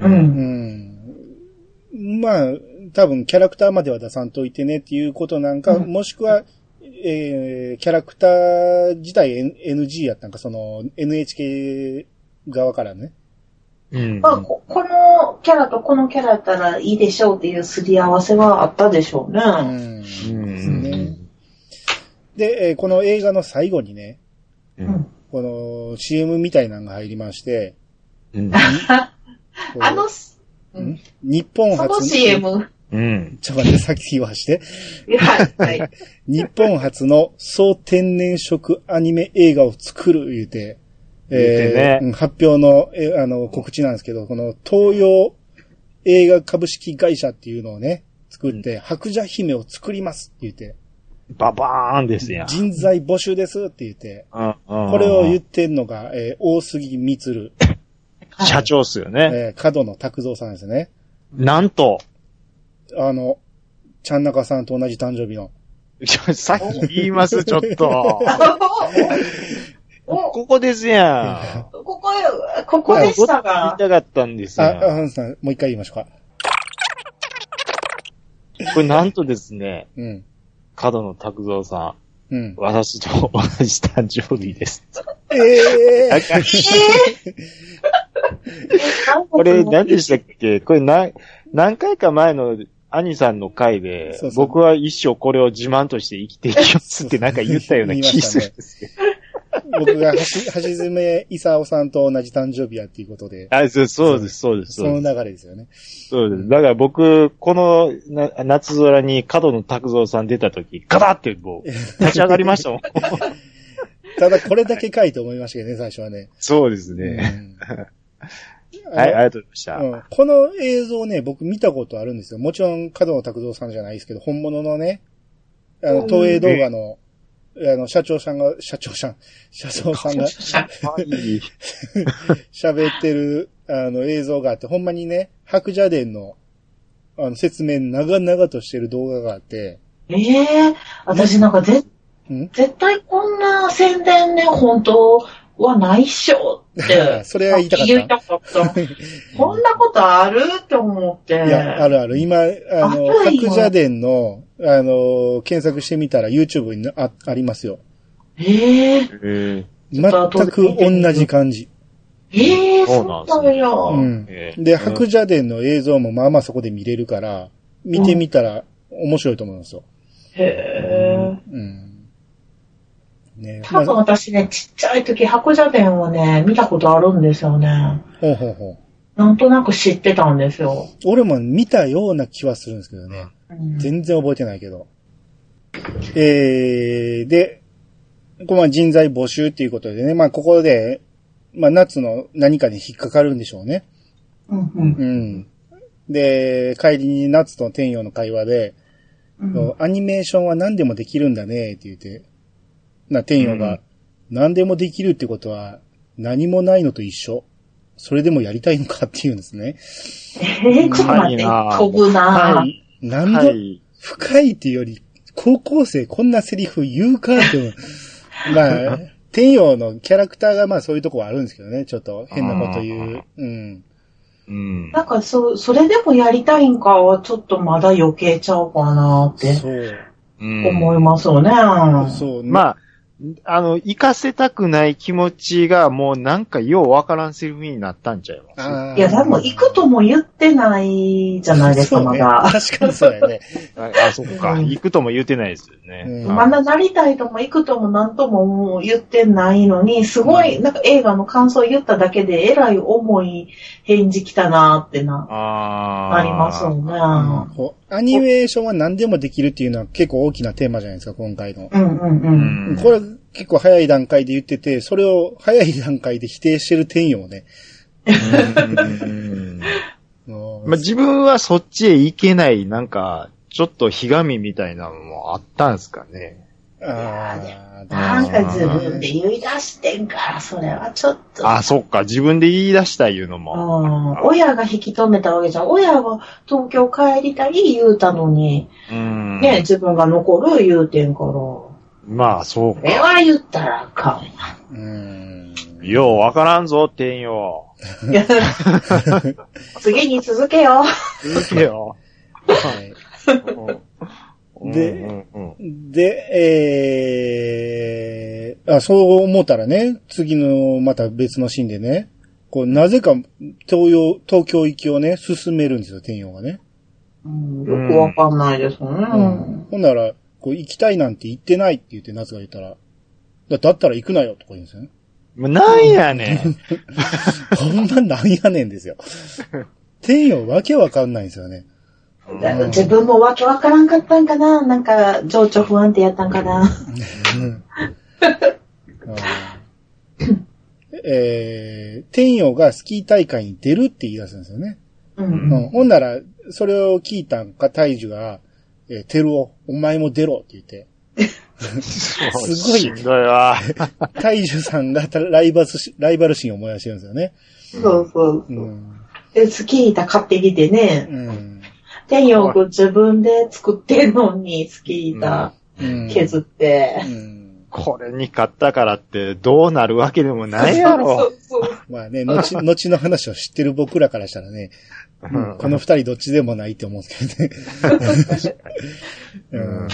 う。うんん。まあ、多分キャラクターまでは出さんといてねっていうことなんか、うんもしくは、えー、キャラクター自体 N- NG やったんか、その NHK 側からね。うんまあ、ここのキャラとこのキャラやったらいいでしょうっていうすり合わせはあったでしょうね。うん。うんで、えーこの映画の最後にね、ううんんこの CM みたいなのが入りまして、うんこうあの、うんん日本そ初の CM。うんちょっと待って、さっき言わして。はい、はい。日本初の総天然色アニメ映画を作る言うて、言うてねうん発表の、え、あの、告知なんですけど、この東洋映画株式会社っていうのをね、作って、白蛇姫を作りますって言って、ババーンですやん。人材募集ですって言って、ここれを言ってんのが、えー大杉 (laughs) 光、社長っすよね。えー、角野拓造さんですね。なんと、あの、ちゃんなかさんと同じ誕生日の。ちょさっき言います、ちょっと。お、 (laughs) ここです (laughs) やん。ここ、ここでした言いが、たかったんですあ、あよ。ハンさん、もう一回言いましょうか。これなんとですね、うん。角野拓造さうん (laughs) ん、。私と同じ誕生日です。ええだからこれ何でしたっけこれ何、何回か前の兄さんの回で、そうそう僕は一生これを自慢として生きていきますってなんか言ったような気するんですけど。僕が橋、橋爪勲さんと同じ誕生日やっていうことで、あそうそうです、そうです、そそうのです。流れですよね。そうです。だから僕、このな夏空に角野拓造さん出た時、ガタってもう、立ち上がりましたもん。ただこれだけかいと思いましたけどね、最初は (laughs) ね。そうですうんね。はい、ありがとうございました。うんこの映像ね、僕見たことあるんですよ。もちろん、角野拓造さんじゃないですけど、本物のね、あの、東映動画の、あの、社長さんが、社長さん、 (laughs) 社長さんがはい喋ってる、あの、映像があって、ほんまにね、白蛇伝の、あの、説明長々としてる動画があって、ええ私なんかぜうん絶対こんな宣伝ね、本当はないっしょっ (laughs) て。それは言いたかった言いた (laughs) かった。こんなことあるって思って。いや、あるある。今、あの、あるよ白蛇伝の、あの、検索してみたら YouTube にあありますよ。えええ全く同じ感じ。ええそそうなんうですねだよ。うんええで、白蛇伝の映像もまあまあそこで見れるから、見てみたら面白いと思いますよ。へえ。うん。ねま多あ、分ほ私ね、ちっちゃい時、白蛇伝をね、見たことあるんですよね。うほうほう。なんとなく知ってたんですよ。俺も見たような気はするんですけどね。うん全然覚えてないけど。えー、で、こうまあ人材募集っていうことでね、まあここで、まあ夏の何かに引っかかるんでしょうね。うんうんうん。で、帰りに夏と天陽の会話で、うんアニメーションは何でもできるんだねって言って、な、天陽が、何でもできるってことは何もないのと一緒。それでもやりたいのかっていうんですね。ええちょっと待深いって、な飛ぶなはい。何度、はい。深いっていうより、高校生こんなセリフ言うかっていう。まあ、天陽のキャラクターがまあそういうとこはあるんですけどね、ちょっと変なこと言う。うん。うん。なんかそ、それでもやりたいんかは、ちょっとまだ余計ちゃうかなってそう。思いますよね。そう。まあ、あの、行かせたくない気持ちがもうなんかようわからんセリフになったんちゃいますあーいや、でも行くとも言ってないじゃないですそか、うまねだ。確かにそうや (laughs) ね。あ、あそうか。うん行くとも言ってないですよね。うんまだなりたいとも行くともなんとももう言ってないのに、すごい、なんか映画の感想言っただけで、えらい重い返事来たなってな、あありますよね。こうアニメーションは何でもできるっていうのは結構大きなテーマじゃないですか、今回の。うんうんうん。うんこれ結構早い段階で言ってて、それを早い段階で否定してる天陽ね。うんうんまあ、自分はそっちへ行けない、なんか、ちょっとひがみみたいなのもあったんですかね。あーなんか自分で言い出してんから、それはちょっと。あ、そっか。自分で言い出したいうのも。うん親が引き止めたわけじゃん。親は東京帰りたい言うたのに、うんね、自分が残る言うてんから、こまあ、そうか。れは言ったらあかんわ。うん。ようわからんぞ、天よ。いや次に続けよ。続けよ。はいでうんうんうん、で、えー、あ、そう思ったらね、次のまた別のシーンでね、こう、なぜか東洋、東京行きをね、進めるんですよ、天陽がね。うんよくわかんないですね。うんほんなら、こう、行きたいなんて言ってないって言って夏が言ったら、だだったら行くなよとか言うんですよね。もうなんやねん。ほんまなんやねん (laughs) ですよ。天よ、わけわかんないんですよね。だ自分もわけわからんかったんかななんか、情緒不安定やったんかなあーえー、天陽がスキー大会に出るって言い出すんですよね。う。うんん、ほんなら、それを聞いたんか、大樹が、えー、テルオ、お前も出ろって言って。すごいしんどいわ。大樹さんがたライバルし、ライバル心を燃やしてるんですよね。そうそううそう。ん。で、好き板買ってきてね、うん。天陽君自分で作ってんのに、好き板うん。削ってう。ん。これに勝ったからってどうなるわけでもないやろ。 (laughs) そうそうまあね、後、 (laughs) 後の話を知ってる僕らからしたらね、うんこの二人どっちでもないって思うんですけどね。 (laughs)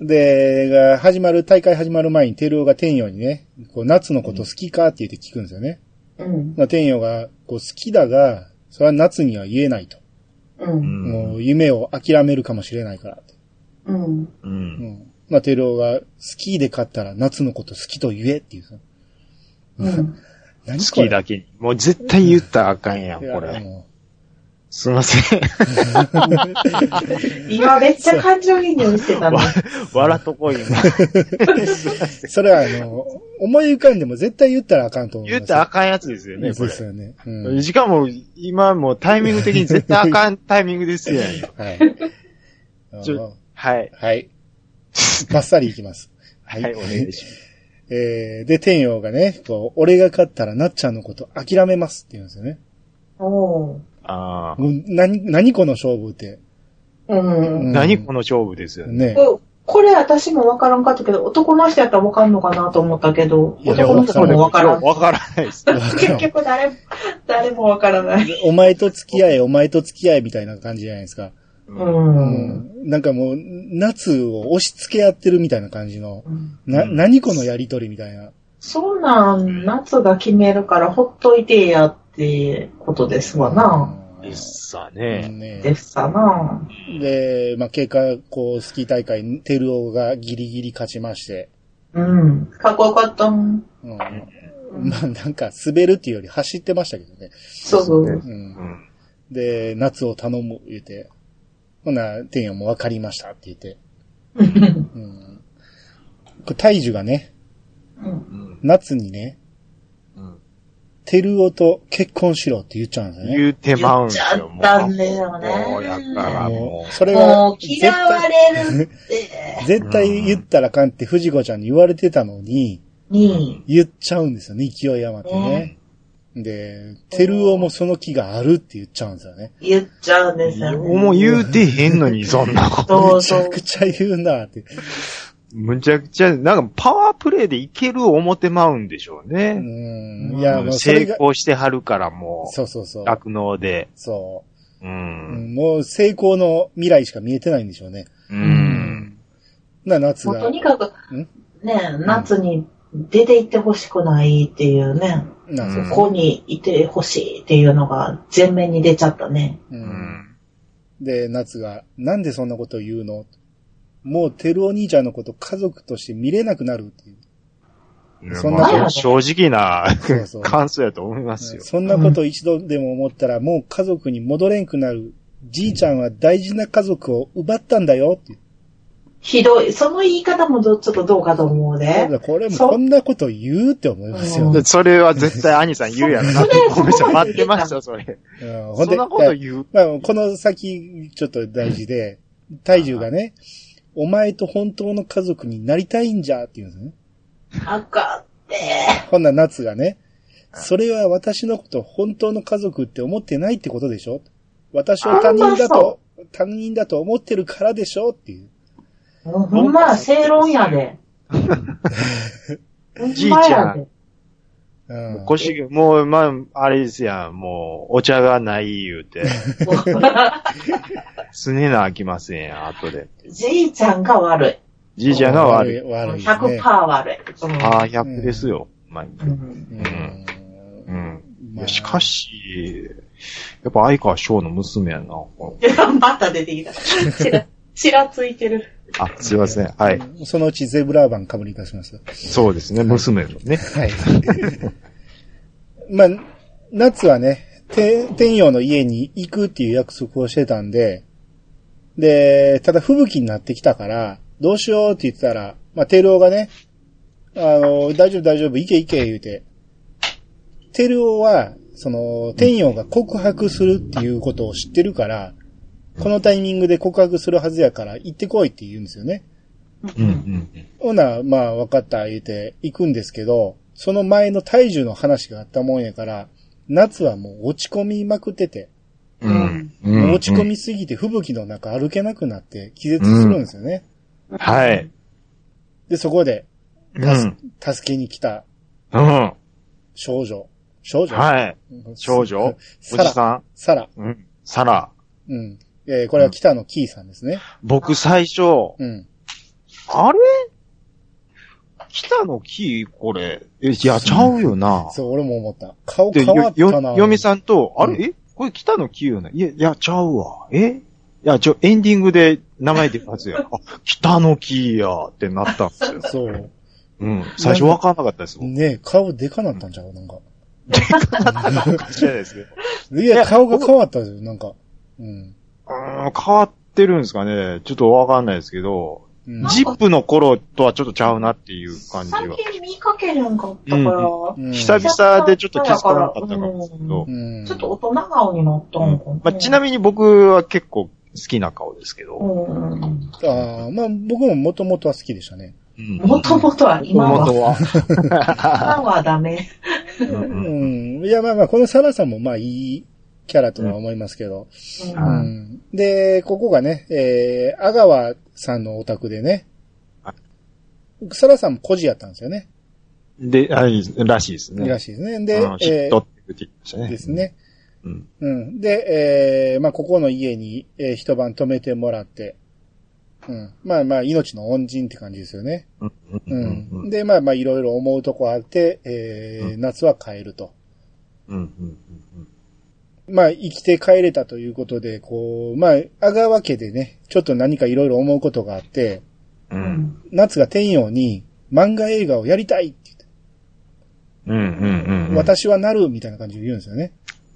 うん、で、が始まる、大会始まる前に、テルオが天陽にね、こう夏のこと好きかって言って聞くんですよね。そう。うん。まあ、天陽が、こう好きだが、それは夏には言えないと。う。うんもんう夢を諦めるかもしれないから。うん。うんうん。まあ、テルオが、スキーで勝ったら夏のこと好きと言えっていうさ。うん。何好きだけに。もう絶対言ったらあかんやん、ここれいやれ。もすいません。今めっちゃ感情移入して (laughs) たの。笑っとこい、今。うそれは、あの、思い浮かんでも絶対言ったらあかんと思い言ます。ったらあかんやつですよね、こそうれで。すよね。うん。しかも、今もうタイミング的に絶対あかんタイミングですよ。はい。あちのょはい。はい。バッサリいきます。ははい、お願いしえー、で、天陽がね、こう、俺が勝ったらなっちゃんのこと諦めますって言うんですよね。おうます。ああ。もう何、何この勝負って。うん。何この勝負ですよね。ね。ここれ私もわからんかったけど、男の人やったらわかんのかなと思ったけど、いや男の人もわからん。わからないです。結局誰も、 (laughs) 誰もわからない。お前と付き合え、お前と付き合えみたいな感じじゃないですか。う。うんん。なんかもう、夏を押し付け合ってるみたいな感じの、な、うん何このやりとりみたいな。そんなん、夏が決めるからほっといてやってことですわな。でですさね。ねですかな。で、まあ、結果、こう、スキー大会、テルオがギリギリ勝ちまして、うん。かっこよかったもん。うん。まあ、なんか、滑るっていうより走ってましたけどね。そうそう。うんう。ん。で、夏を頼む、言うて。ほな、天陽もわかりましたって言 (laughs) って。うんうん。これ、大樹がね、うんうん夏にね、うんテルオと結婚しろって言っちゃうんですよね。言うてまうんですよ、言っちゃったんだよねもうやからももう、それもはう、絶嫌対わ、れるって。絶対言ったらあかんって藤子ちゃんに言われてたのに、に、言っちゃうんですよね、勢い余ってね。で、テルオもその気があるって言っちゃうんですよね。言っちゃうんう。ですよようね。もう言うてへんのに、そんなこめと。そうちそゃう。くちゃ言うなって。むちゃくちゃ、なんかパワープレイでいける思ってまうんでしょううね。ん。うんいや、もうそ成れが、功してはるからも、そうそうそうう。酪農で。そうう。ん。もう成功の未来しか見えてないんでしょうね。うん。な、夏もうがと。にかくん、ね、夏に出て行ってほしくないっていうね、な、そううんこそこにいてほしいっていうのが前面に出ちゃったね。う。う。うんん。で、夏が、なんでそんなこと言うのもう、てるお兄ちゃんのこと家族として見れなくなるっていう。そんなまあ正直なそうそう感想やと思いますよ。そんなこと一度でも思ったら、もう家族に戻れんくなる。じいちゃんは大事な家族を奪ったんだよって。ひどい。その言い方もどちょっとどうかと思うだかね。らこれもそうこんなこと言うって思いますよう。でそれは絶対兄さん言うやろなって。そごめんなさい、そこま待でってました、それ。うんそんなこと言う。まあ、この先、ちょっと大事で、大樹がね、お前と本当の家族になりたいんじゃって言うんですね。あかって。ほんな夏がね、それは私のこと本当の家族って思ってないってことでしょ私を他人だと、他人だと思ってるからでしょっていう。もうほんまや、正論やで。ほんじいちまゃやんで。うんもう腰がもう、まあ、あれですやん、もう、お茶がない言うて、すねなあきませんやん、後で。じいちゃんが悪じいちゃんが悪い。い。い。悪いです100%ね。悪い。うんああ、100ですよ、まあうんうんうん。いまあやしかし、やっぱ相川翔の娘やな。いやまた出て (laughs) きた。ちら、ちらついてる。あ、すいません。はい。そのうちゼブラーバン被り出します。そうですね、娘のね。はい。まあ、夏はね、て天陽の家に行くっていう約束をしてたんで、で、ただ吹雪になってきたから、どうしようって言ってたら、まあ、テルオがね、あの、大丈夫大丈夫、行け行け言うて、テルオは、その、天陽が告白するっていうことを知ってるから、このタイミングで告白するはずやから、行ってこいって言うんですよね。うんうん。ほな、まあ、わかった、言うて、行くんですけど、その前の体重の話があったもんやから、夏はもう落ち込みまくってて、うん。落ち込みすぎて吹雪の中歩けなくなって気絶するんですよね。はい。で、そこで、うん。助けに来たうん。少女。少女はい。い少女お (laughs) サじラ。さサラ。んうん。サラ。うん。えーこれは北野キーさんですね。僕最初、うん。あれ北の木これ。え、いや、ちゃうよな。そう、俺も思った。顔で、変わっよ、たな。よ、嫁さんと、あうんれえこれ北の木よねいや、いや、ちゃうわ。えいや、ちょ、エンディングで名前出るは (laughs) ずや。あ、北の木やってなったんですよ。そう。うん。最初わかんなかったですもん。ねえ顔でかなったんじゃうなんか。知らないですけど。いいや、や顔が変わったですよ、なんか。うん。うーん、変わってるんですかね。ちょっとわかんないですけど、うん。ジップの頃とはちょっとちゃうなっていう感じは。最近見かけるんかったから、うん久々でちょっと気づかなかったかもですけどう。ん。ちょっと大人顔になったんかな、まあ、ちなみに僕は結構好きな顔ですけうど。ん。ああ、まあ僕ももともとは好きでしたね。うんもともとは、今は、元は。今はダメ。うん。いや、まあまあ、このサラさんもまあいいキャラとは思いますけど。うんう。うんで、ここがね、えー、阿川さんのお宅でねは。サラさんも孤児やったんですよね。で、あいらしいですね。らししいですね。いで、嫉え妬って言ってましたね。ー、です。ね。うん。うん。で、えー、まあ、ここの家に、えー一晩泊めてもらって、うん。まあまあ、命の恩人って感じですよね。うん。う。うん。うんんで、まあまあ、いろいろ思うとこあって、えー夏は帰ると。うん。うんまあ、生きて帰れたということで、こう、まあ、阿川家でね、ちょっと何かいろいろ思うことがあって、う。うんん夏が天陽に漫画映画をやりたいって言って、うん。うん。うん。私はなるみたいな感じで言うんですよね。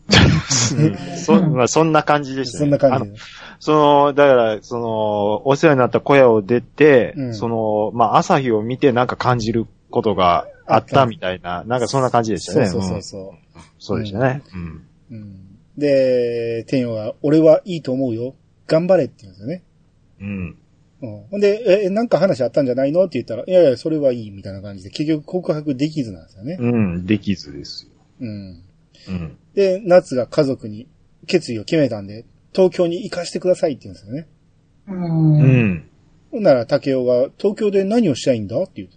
うんそまあそんな感じでしたね。そんな感じで。あのその、だから、その、お世話になった小屋を出て、うんその、まあ、朝日を見てなんか感じることがあったみたいな、なんかそんな感じでしたね。そうそううんそう。そうでしたね。うん。うんで、天陽は、俺はいいと思うよ。頑張れって言うんですよね。うん。うん、ほんで、え、なんか話あったんじゃないのって言ったら、いやいや、それはいいみたいな感じで、結局告白できずなんですよね。うん、できずですよ。うん。うん。で、夏が家族に決意を決めたんで、東京に行かしてくださいって言うんですよね。うん。ううん。ん。ほんなら、竹雄が、東京で何をしたいんだって言うと。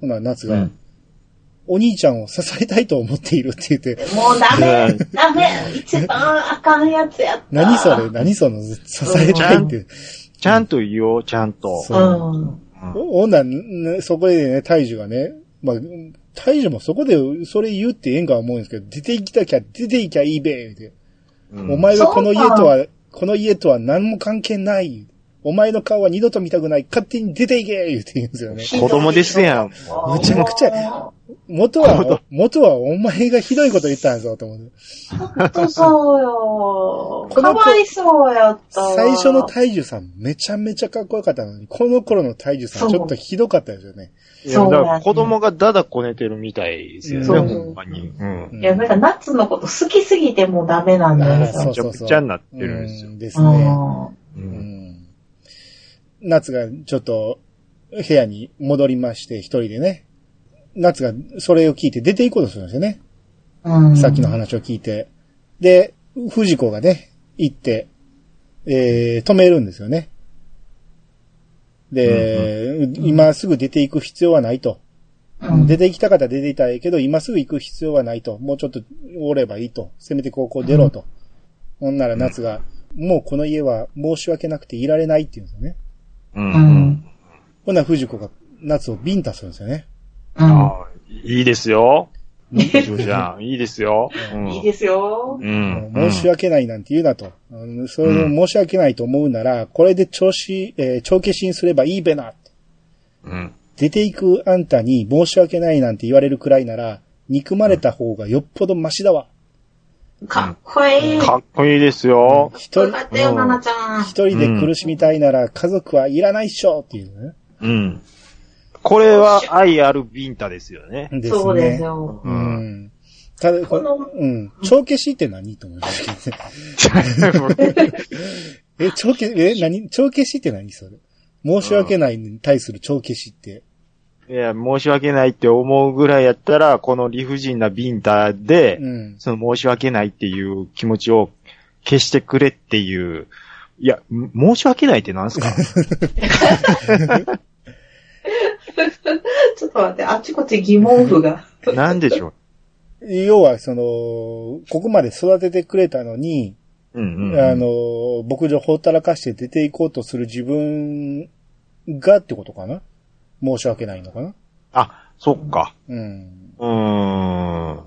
ほんなら、夏が、うんお兄ちゃんを支えたいと思っているって言って、もうダうメんダメ一番あかんやつやった。何そ (laughs) れ何その、支えたいって。ちゃんと言おう、ちゃんと。そううん。ほんなら、ねそこでね、大樹がね、まあ、大樹もそこで、それ言うってええんか思うんですけど、出て行きたきゃ、出て行きゃいいべ、って。うんお前はこの家とは、この家とは何も関係ない。お前の顔は二度と見たくない。勝手に出ていけ言って言うんですよね。子供ですやん。むちゃくちゃ。元は、元はお前がひどいこと言ったんぞ、と思って。ほんとそうよ。このか子わいそうやったわ。最初の大樹さんめちゃめちゃかっこよかったのに、この頃の大樹さんちょっとひどかったですよね。いやそうだだねから子供がだだこねてるみたいですよね、そうほんまに。うん。いや、なんか、ナッツのこと好きすぎてもうダメなんあだーよ。そめうちゃそうそうくちゃになってるんですうよ。んですね。うんう。うんん夏がちょっと部屋に戻りまして、一人でね。夏がそれを聞いて出ていこうとするんですよね。うんさっきの話を聞いて。で、藤子がね、行って、えー、止めるんですよね。で、今すぐ出て行く必要はないと。うん出て行きたかったら出ていたいけど、今すぐ行く必要はないと。もうちょっとおればいいと。せめて高校出ろと。ほんなら夏が、もうこの家は申し訳なくていられないって言うんですよね。うん。ううん。ん。ほんなら藤子が夏をビンタするんですよね。うん。あーいいです (laughs) よ。いいじゃん。いいですよ。うんいいですよ。うん。申し訳訳ないなんて言うなと。うんそれを申し訳ないと思うなら、これで調子、えー帳消しにすればいいべな。うん。出ていくあんたに申し訳ないなんて言われるくらいなら、憎まれた方がよっぽどマシだわ。かっこいい。かっこいいですよ。一よ人か、ったよ、うんななちゃん。一人で苦しみたいなら家族はいらないっしょっていううん。これは愛あるビンタですよね。ね。ですね。そうですよ。ううんん。ただ、ここのうん。帳消しって何と思います (laughs) けどねえ、帳消し、え、何帳消しって何それ。申し訳ないに対する帳消しって。 (laughs) いや、申し訳ないって思うぐらいやったら、この理不尽なビンタで、うん。その申し訳ないっていう気持ちを消してくれっていう、いや、ん申し訳ないってなん (laughs) すかちょっと待って、あちこち疑問符が。なんでしょ要は、その、ここまで育ててくれたのに、う。うんうん。あ、の、牧場ほったらかして出ていこうとする自分がってことかな申し訳ないのかなあ、そっか。うん。うーん。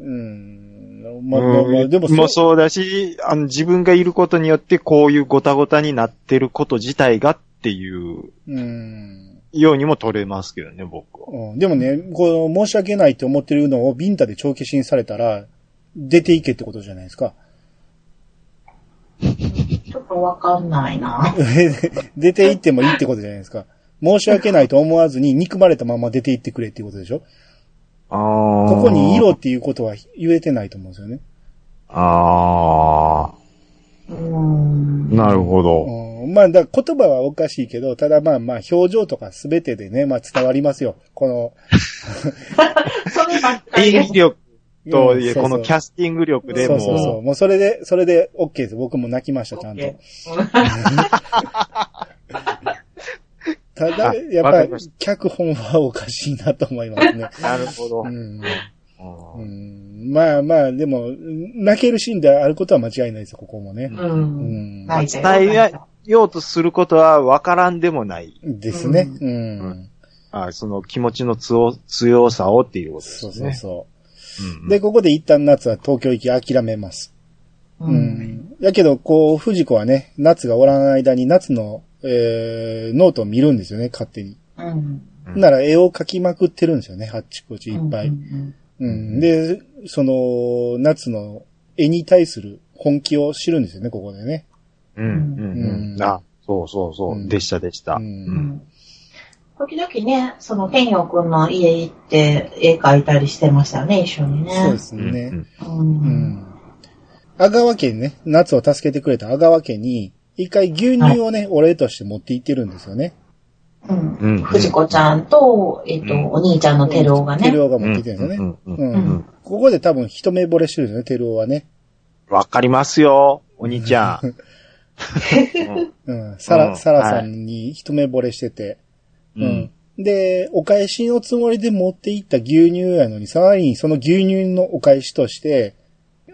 うん。まあ、まあまあ、でももそうだし、あの、自分がいることによってこういうごたごたになってること自体がっていううん。ようにも取れますけどね、僕は。うんでもね、この申し訳ないって思ってるのをビンタで帳消しにされたら、出ていけってことじゃないですか。ちょっとわかんないな。出て行ってもいいってことじゃないですか。申し訳ないと思わずに憎まれたまま出て行ってくれっていうことでしょあーここに色っていうことは言えてないと思うんですよね。ああ、うーん。なるほど。うん、まあ、だから言葉はおかしいけど、ただまあまあ表情とかすべてでね、まあ伝わりますよ。この、そればっかり演で技。す力と、うんそうそうこのキャスティング力でも、そうそうそう。もうそれで、それで OK です。僕も泣きました、ちゃんと。ただ、あやっわかぱりまりし脚本はおかしいなと思いますね。なるほど。うんうんうん、まあまあ、でも、泣けるシーンであることは間違いないですよ、ここもね。う。うんん。ない伝えようとすることは分からんでもない。ですね。う。うんあその気持ちの強強さをっていうことですそね。うそうそうんうう。んで、ここで一旦夏は東京行き諦めます。う。うんん。やけど、こう、藤子はね、夏がおらん間に夏の、えー、ノートを見るんですよね、勝手に。うん。うんなら絵を描きまくってるんですよね、あっちこっちいっぱい。うんうん。で、その、夏の絵に対する本気を知るんですよね、ここでね。うんううんんうん。あ、そうそうそう。うんでしたでした。ううん。うんん時々ね、その、天陽くんの家行って絵描いたりしてましたよね、一緒にね。そうですうんね。う。うんん。阿川家にね、夏を助けてくれた阿川家に、一回牛乳をね、お礼として持って行ってるんですよね。うん。うん。藤子ちゃんと、えっと、うんお兄ちゃんのテルオがね。テルオがう持んって行ってるんですよね。うんううんうんん。ここで多分一目惚れしてるんですよね、テルオはね。わかりますよ、お兄ちゃん。うんうん。サラ、うんサラさんに一目惚れしてて。 (laughs) うん。で、お返しのつもりで持って行った牛乳やのに、さらにその牛乳のお返しとして、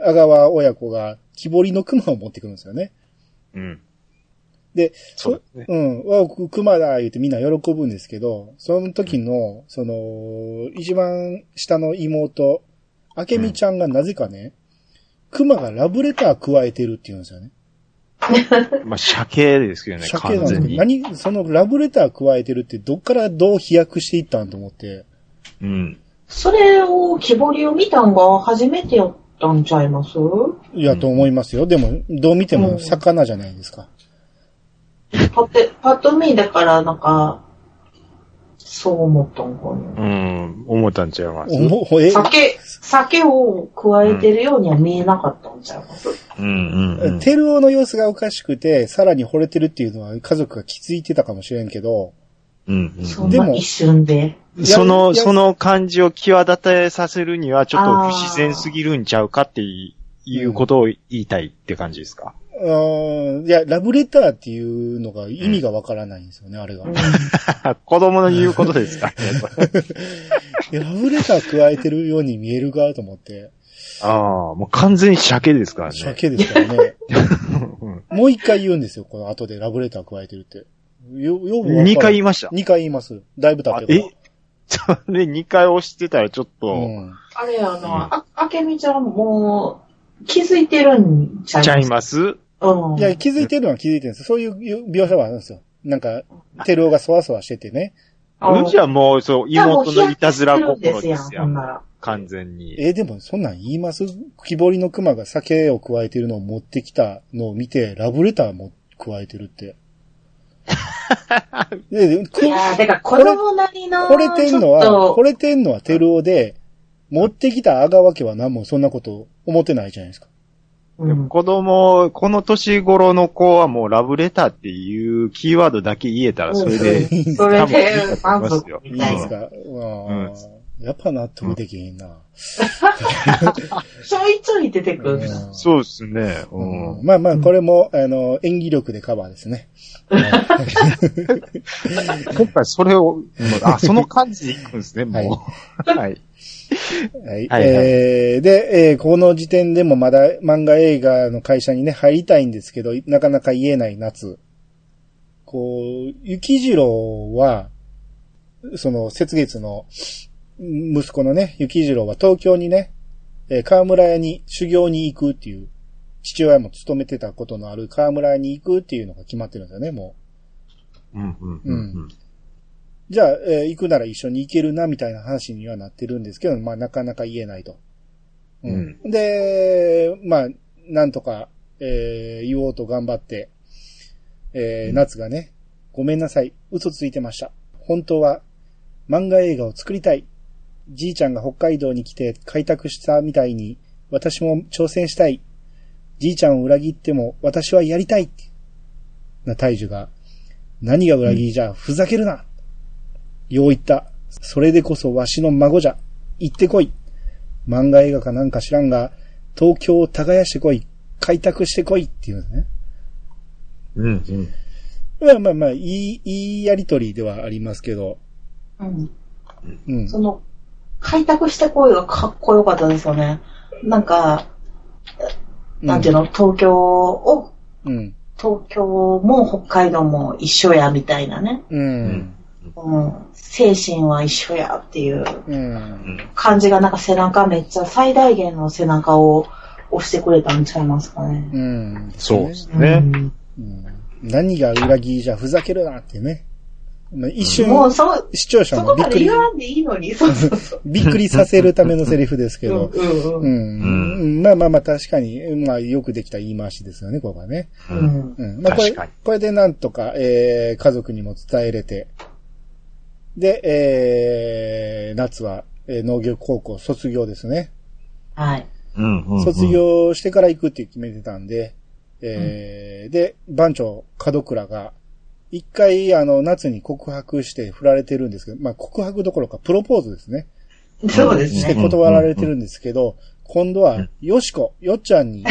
阿川親子が木彫りの熊を持ってくるんですよね。うん。で、そうですね。うん。わ、く熊だ言うてみんな喜ぶんですけど、その時の、その、一番下の妹、明美ちゃんがなぜかね、熊がラブレター加えてるって言うんですよね。まあ、鮭ですけどね、鮭な完んです全けど、に。何、そのラブレター加えてるってどっからどう飛躍していったんと思って、うん。それを、木彫りを見たんが初めてやったんちゃいますいや、と思いますよ。でも、どう見てうもん魚じゃないですか。パテ、パッと見だから、なんか、そう思ったんかな。うん。思ったんちゃいます。うんおもえ、酒、酒を加えてるようには見えなかったんちゃいますうんうん。テルオの様子がおかしくて、さらに惚れてるっていうのは家族が気づいてたかもしれんけど、うんうんそんでなも一瞬で。そやの、るやるその感じを際立たさせるには、ちょっと不自然すぎるんちゃうかっていいうことを言いたいって感じですか。うーんいや、ラブレターっていうのが意味がわからないんですよね、あれが。うんい子供の言うことですかやラブレター加えてるように見えるかと思って、ああ、もう完全に鮭ですからね。鮭ですから (laughs) ね。うんもう一回言うんですよ、この後でラブレター加えてるって。よ、よ二回言いいました。二回言います。だいぶ経っあてえるそれ二回押してたらちょっうと、ん。あれやな、あ、あけみちゃんも気づいてるんちゃいますちゃいますうん。いや、気づいてるのは気づいてるんです。そういう描写はあるんですよ。なんか、テルオがそわそわしててね。うんうんじゃもう、そう、いやもう妹のいたずらヒヤ心ヒヤでしてするんですやん、ほんよ。なら。完全に。え、でもそんなん言います木彫りの熊が酒を加えてるのを持ってきたのを見て、ラブレターも加えてるって。で、でくいやー、てか子供なりの、惚れてんのちは、ょ惚っれてんのはテルオで、持ってきた阿川家は何もそんなこと思ってないじゃないですか。うでもん。子供、この年頃の子はもうラブレターっていうキーワードだけ言えたらそれで、それで多満分いいと思います足よいみいたでいなす。かうんうんやっぱ納得できへんな。ちょいちょい出てくるな。うんそうですね。ううんん。まあまあ、これも、あの、演技力でカバーですね。今回それを、うんあ、その感じでいくんですね、もう。はい。はい。はいはいえーで、えーこの時点でもまだ漫画映画の会社にね、入りたいんですけど、なかなか言えない夏。こう、雪次郎は、その、雪月の息子のね、雪次郎は東京にね、えー河村屋に修行に行くっていう、父親も勤めてたことのある河村屋に行くっていうのが決まってるんですよね、もう。うん、うん、うん。じゃあ、えー行くなら一緒に行けるな、みたいな話にはなってるんですけど、まあ、なかなか言えないと。で、まあ、なんとか、えー言おうと頑張って、えーうん夏がね、ごめんなさい、嘘ついてました。本当は、漫画映画を作りたい。じいちゃんが北海道に来て開拓したみたいに、私も挑戦したい。じいちゃんを裏切っても、私はやりたい。な、大樹が、何が裏切りじゃ、ふざけるな。よう言った。それでこそわしの孫じゃ。行ってこい。漫画映画かなんか知らんが、東京を耕してこい。開拓してこいっていうんですね。うん、うん。まあまあまあ、いい、いいやりとりではありますけど。うん。うん。その、開拓してこいがかっこよかったですよね。なんか、なんていうの、東京を、うん。東京も北海道も一緒や、みたいなね。ううんん。うん。精神は一緒や、っていううん。感じが、なんか背中めっちゃ最大限の背中を押してくれたんちゃいますかね。うん。そうですうね。んうん。何が裏切りじゃふざけるなってね。まあ一瞬、もうそう、視聴者そもこびっまくでり言、わんでいいのに、そうそうそう。びっくりさせるためのセリフですけうど。んううんうん。ん。うんまあまあまあ、確かに、まあ、よくできた言い回しですよね、ここはね。う。うんんうん。まあ、これ、確かにこれでなんとか、えー、家族にも伝えれて、で、えー、夏は、えー農業高校卒業ですね。はい。うんうんうん卒。業してから行くって決めてたんで、えーで、番長、門倉が、一回、あの、夏に告白して振られてるんですけど、まあ、告白どころかプロポーズですね。そうですしねて。断られてるんですけど、今度は、よしこ、よっちゃんに、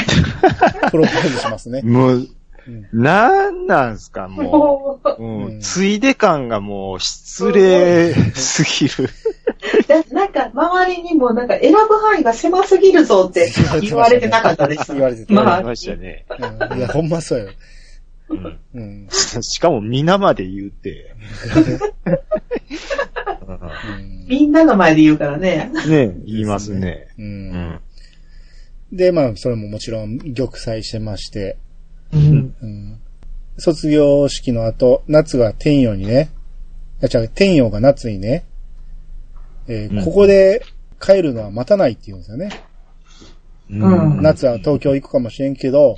プロポーズしますね。もううん、なんなんす (laughs) か、もう。もう、ううんん、ついで感がもう失礼すぎる。だなんか、周りにも、なんか、選ぶ範囲が狭すぎるぞって言われてなかったです。言われてたまあありましたね。うんいや、ほんまそうよ。うんうん。 (laughs) しかも皆まで言う (laughs) て。うんみんなの前で言うからね。ね言いますね。う。うんん。で、まあ、それももちろん、玉砕してまして、うん。うん。卒業式の後、夏が天陽にね、あ、違う、天陽が夏にね、えーうんここで帰るのは待たないって言うんですよね。うん夏は東京行くかもしれんけど、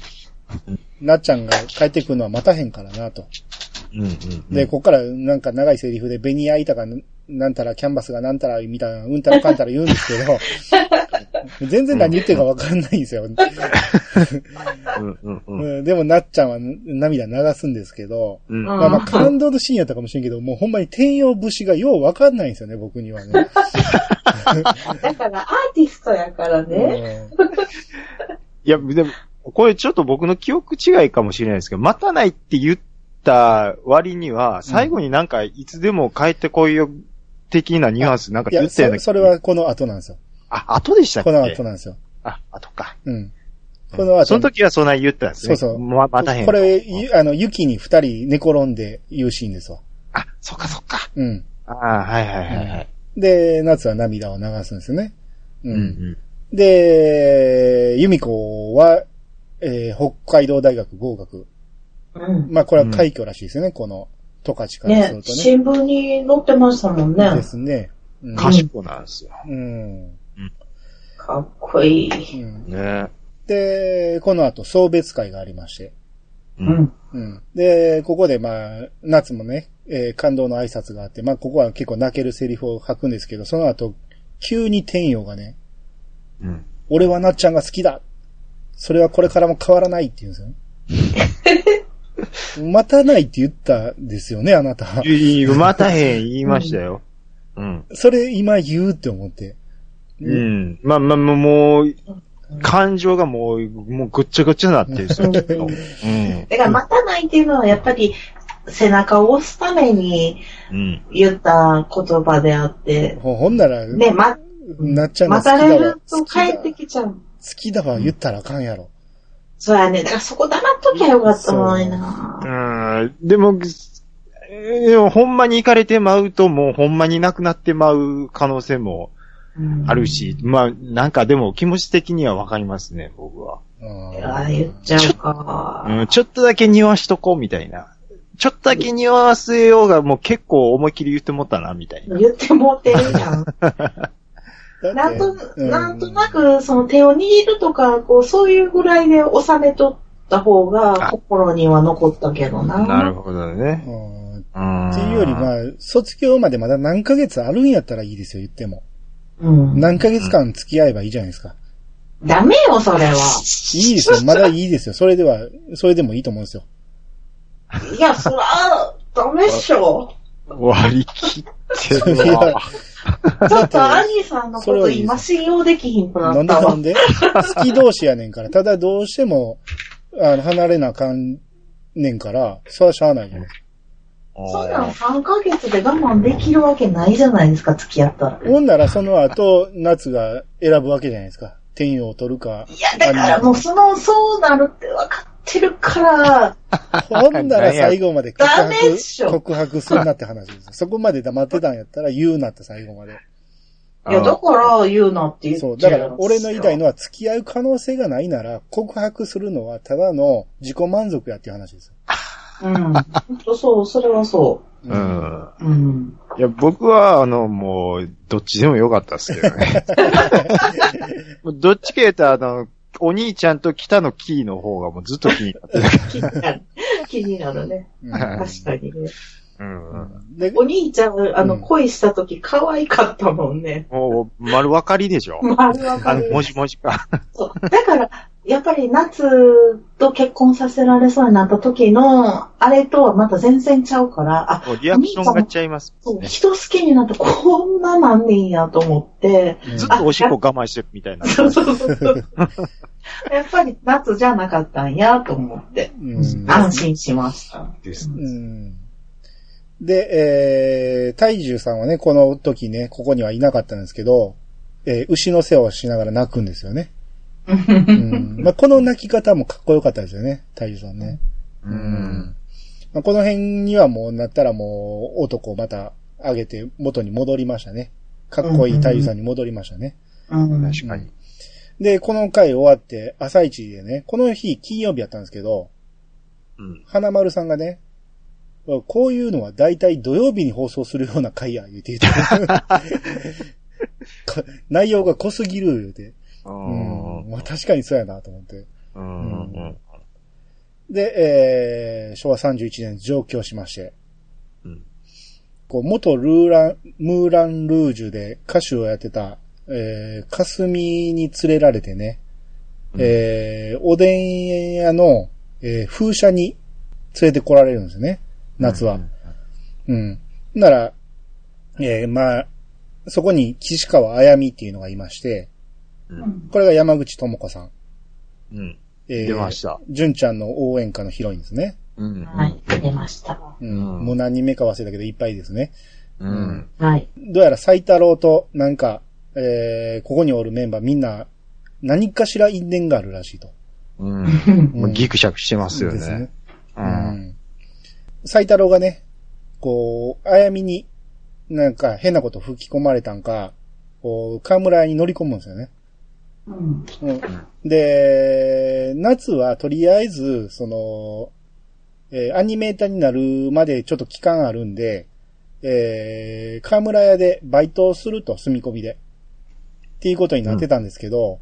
なっちゃんが帰ってくるのは待たへんからなと。うんうんで、こっからなんか長いセリフで、ベニヤ板がなんたら、キャンバスがなんたら、みたいな、うんたらかんたら言うんですけど、 (laughs) 全然何言ってるかわかんないんですよ。うんうんうんうんでも、なっちゃんは涙流すんですけど、うんまあまあ感動のシーンやったかもしれんけど、もうほんまに天陽節がようわかんないんですよね、僕には (laughs) ね。だから、アーティストやからね。うんいや、でも、これちょっと僕の記憶違いかもしれないですけど、待たないって言った割には、最後になんかいつでも帰ってこいよ的なニュアンスなんかい言やったようそ、なそれ。はこの後なんですよ。あ、後でしたっけこの後なんですよ。あ、後か。うん。この後。その時はそんな言ったんですね。そうそうま、またへん。これ、ゆあの、雪に二人寝転んで言うシーンですわ。あ、そっかそっか。うん。ああ、はいはいはいはい。で、夏は涙を流すんですよね。ううんで、由美子は、えー北海道大学合格。うん。まあ、これは快挙らしいですよね、この、十勝からすねる、とね。新聞に載ってましたもんね。ですね。ううんん。賢なんですよ。うん。かっこいい。うんねで、この後送別会がありまして。うう。ん。うん。で、ここでまあ、夏もね、えー感動の挨拶があって、まあ、ここは結構泣けるセリフを吐くんですけど、その後、急に天陽がね、うん。俺はなっちゃんが好きだそれはこれからも変わらないって言うんです (laughs) よね。待たないって言ったんですよね、あなた。またへん言いましたよ。うん。それ今言うって思って。う。ん。まあまあまあ、もう、感情がもう、もうぐっちゃぐちゃになってるんですよ。うんうん。だから待たないっていうのはやっぱり背中を押すためにうん。言った言葉であって、ほほんなら、ね、ま、なっちゃんが待好きたれだわる。と好きだ帰ってきちゃう。好きだわ言ったらあかんやろ。そうやね。だからそこ黙っときゃよかったのにな。うんでも、でもほんまに行かれてまうと、もうほんまになくなってまう可能性もうんある。し、まあ、なんかでも気持ち的にはわかりますね、僕は。うんああ、言っちゃうか。うん、ちょっとだけ匂わしとこう、みたいな。ちょっとだけ匂わせようが、もう結構思いっきり言ってもったな、みたいな。言ってもうてるや (laughs) ん。だってなんと、うんなんとなく、その手を握るとか、こう、そういうぐらいで収めとった方が、あ心には残ったけどな。なるほどね。うんうん。っていうより、まあ、卒業までまだ何ヶ月あるんやったらいいですよ、言っても。うん。何ヶ月間付き合えばいいじゃないですか。ダメよ、それいは。いですよ、まだいいですよ。それでは、それでもいいと思うんですよ。いや、そら、ダメっ (laughs) しょ。割り切っているやわ。ちょっと、アニーさんのこと今信用できひんくななんっでたなわん。で好き同士やねんから。ただどうしても、あの、離れなあかんねんから、それはしゃあないよね。そんなん3ヶ月で我慢できるわけないじゃないですか、付き合ったら。ほんならその後、夏が選ぶわけじゃないですか。天を取るか。いや、だからもうその、そうなるって分かってるから、ほんなら最後まで告ダメっし白、ょ告白するなって話ですよ。そこまで黙ってたんやったら言うなって最後まで。いや、だから言うなって言っちゃそうう。だから、俺の言いたいのは、付き合う可能性がないなら、告白するのは、ただの自己満足やっていう話ですよ。うん。ほんとそう、それはそううんん。う。うん。 (laughs) いや、僕は、あの、もう、どっちでもよかったですけどね。もうどっちか言うと、あの、お兄ちゃんと北のキーの方がもうずっと気になってた。気になる。気になるね。うん確かにね。 (laughs) うん。でお兄ちゃん、あうの、ん恋した時可愛かったも (laughs) んね。もう、丸分かりでしょ。まあ、わあかの、るも。しもしか。そうだから、やっぱり夏と結婚させられそうになった時の、あれとはまた全然ちゃうから、あ、もうリアクションがちゃいますそもんう、ね。人好きになってこんななんねんやと思 (laughs) って、うんずっとおしっこ我慢してるみたいな。そうそうそうそう。やっぱり夏じゃなかったんやと思って、うん安心しました。ですうんで、えー、大獣さんはね、この時ね、ここにはいなかったんですけど、えー牛の世話をしながら泣くんですよね。うんまあ、この泣き方もかっこよかったですよね、大獣さんね。うん。まあ、この辺にはもうなったらもう男をまた上げて元に戻りましたね。かっこいい大樹さんに戻りましたね。うん。確かに。で、この回終わって朝一でね、この日金曜日やったんですけど、うん。花丸さんがね、こういうのは大体土曜日に放送するような回や、言うて言 (laughs) って。か内容が濃すぎる、言うて。ううんん。まあ、確かにそうやな、と思って。うん。うんで、えー、昭和31年上京しまして、うんこう、元ルーラン、ムーランルージュで歌手をやってた、えー、かすみに連れられてね、うんえー、おでん屋の、えー、風車に連れてこられるんですね、夏は。うん。なら、えー、まあ、そこに岸川あやみっていうのがいまして、うん。これが山口智子さん。うん。え出ました。純ちゃんの応援歌のヒロインですね。うん。はい、出ました。うんうんもう何人目か忘れたけど、いっぱいですね。うん。はい。どうやら、斎太郎と、なんか、えー、ここにおるメンバーみんな、何かしら因縁があるらしいと。うん。うんもうギクシャクしてますよですね。。う。うんん。斎太郎がね、こう、あやみに、なんか変なこと吹き込まれたんか、こう、河村屋に乗り込むんですよね。うんうん、で、夏はとりあえず、その、えーアニメーターになるまでちょっと期間あるんで、えー、河村屋でバイトをすると、住み込みで。っていうことになってたんですけど、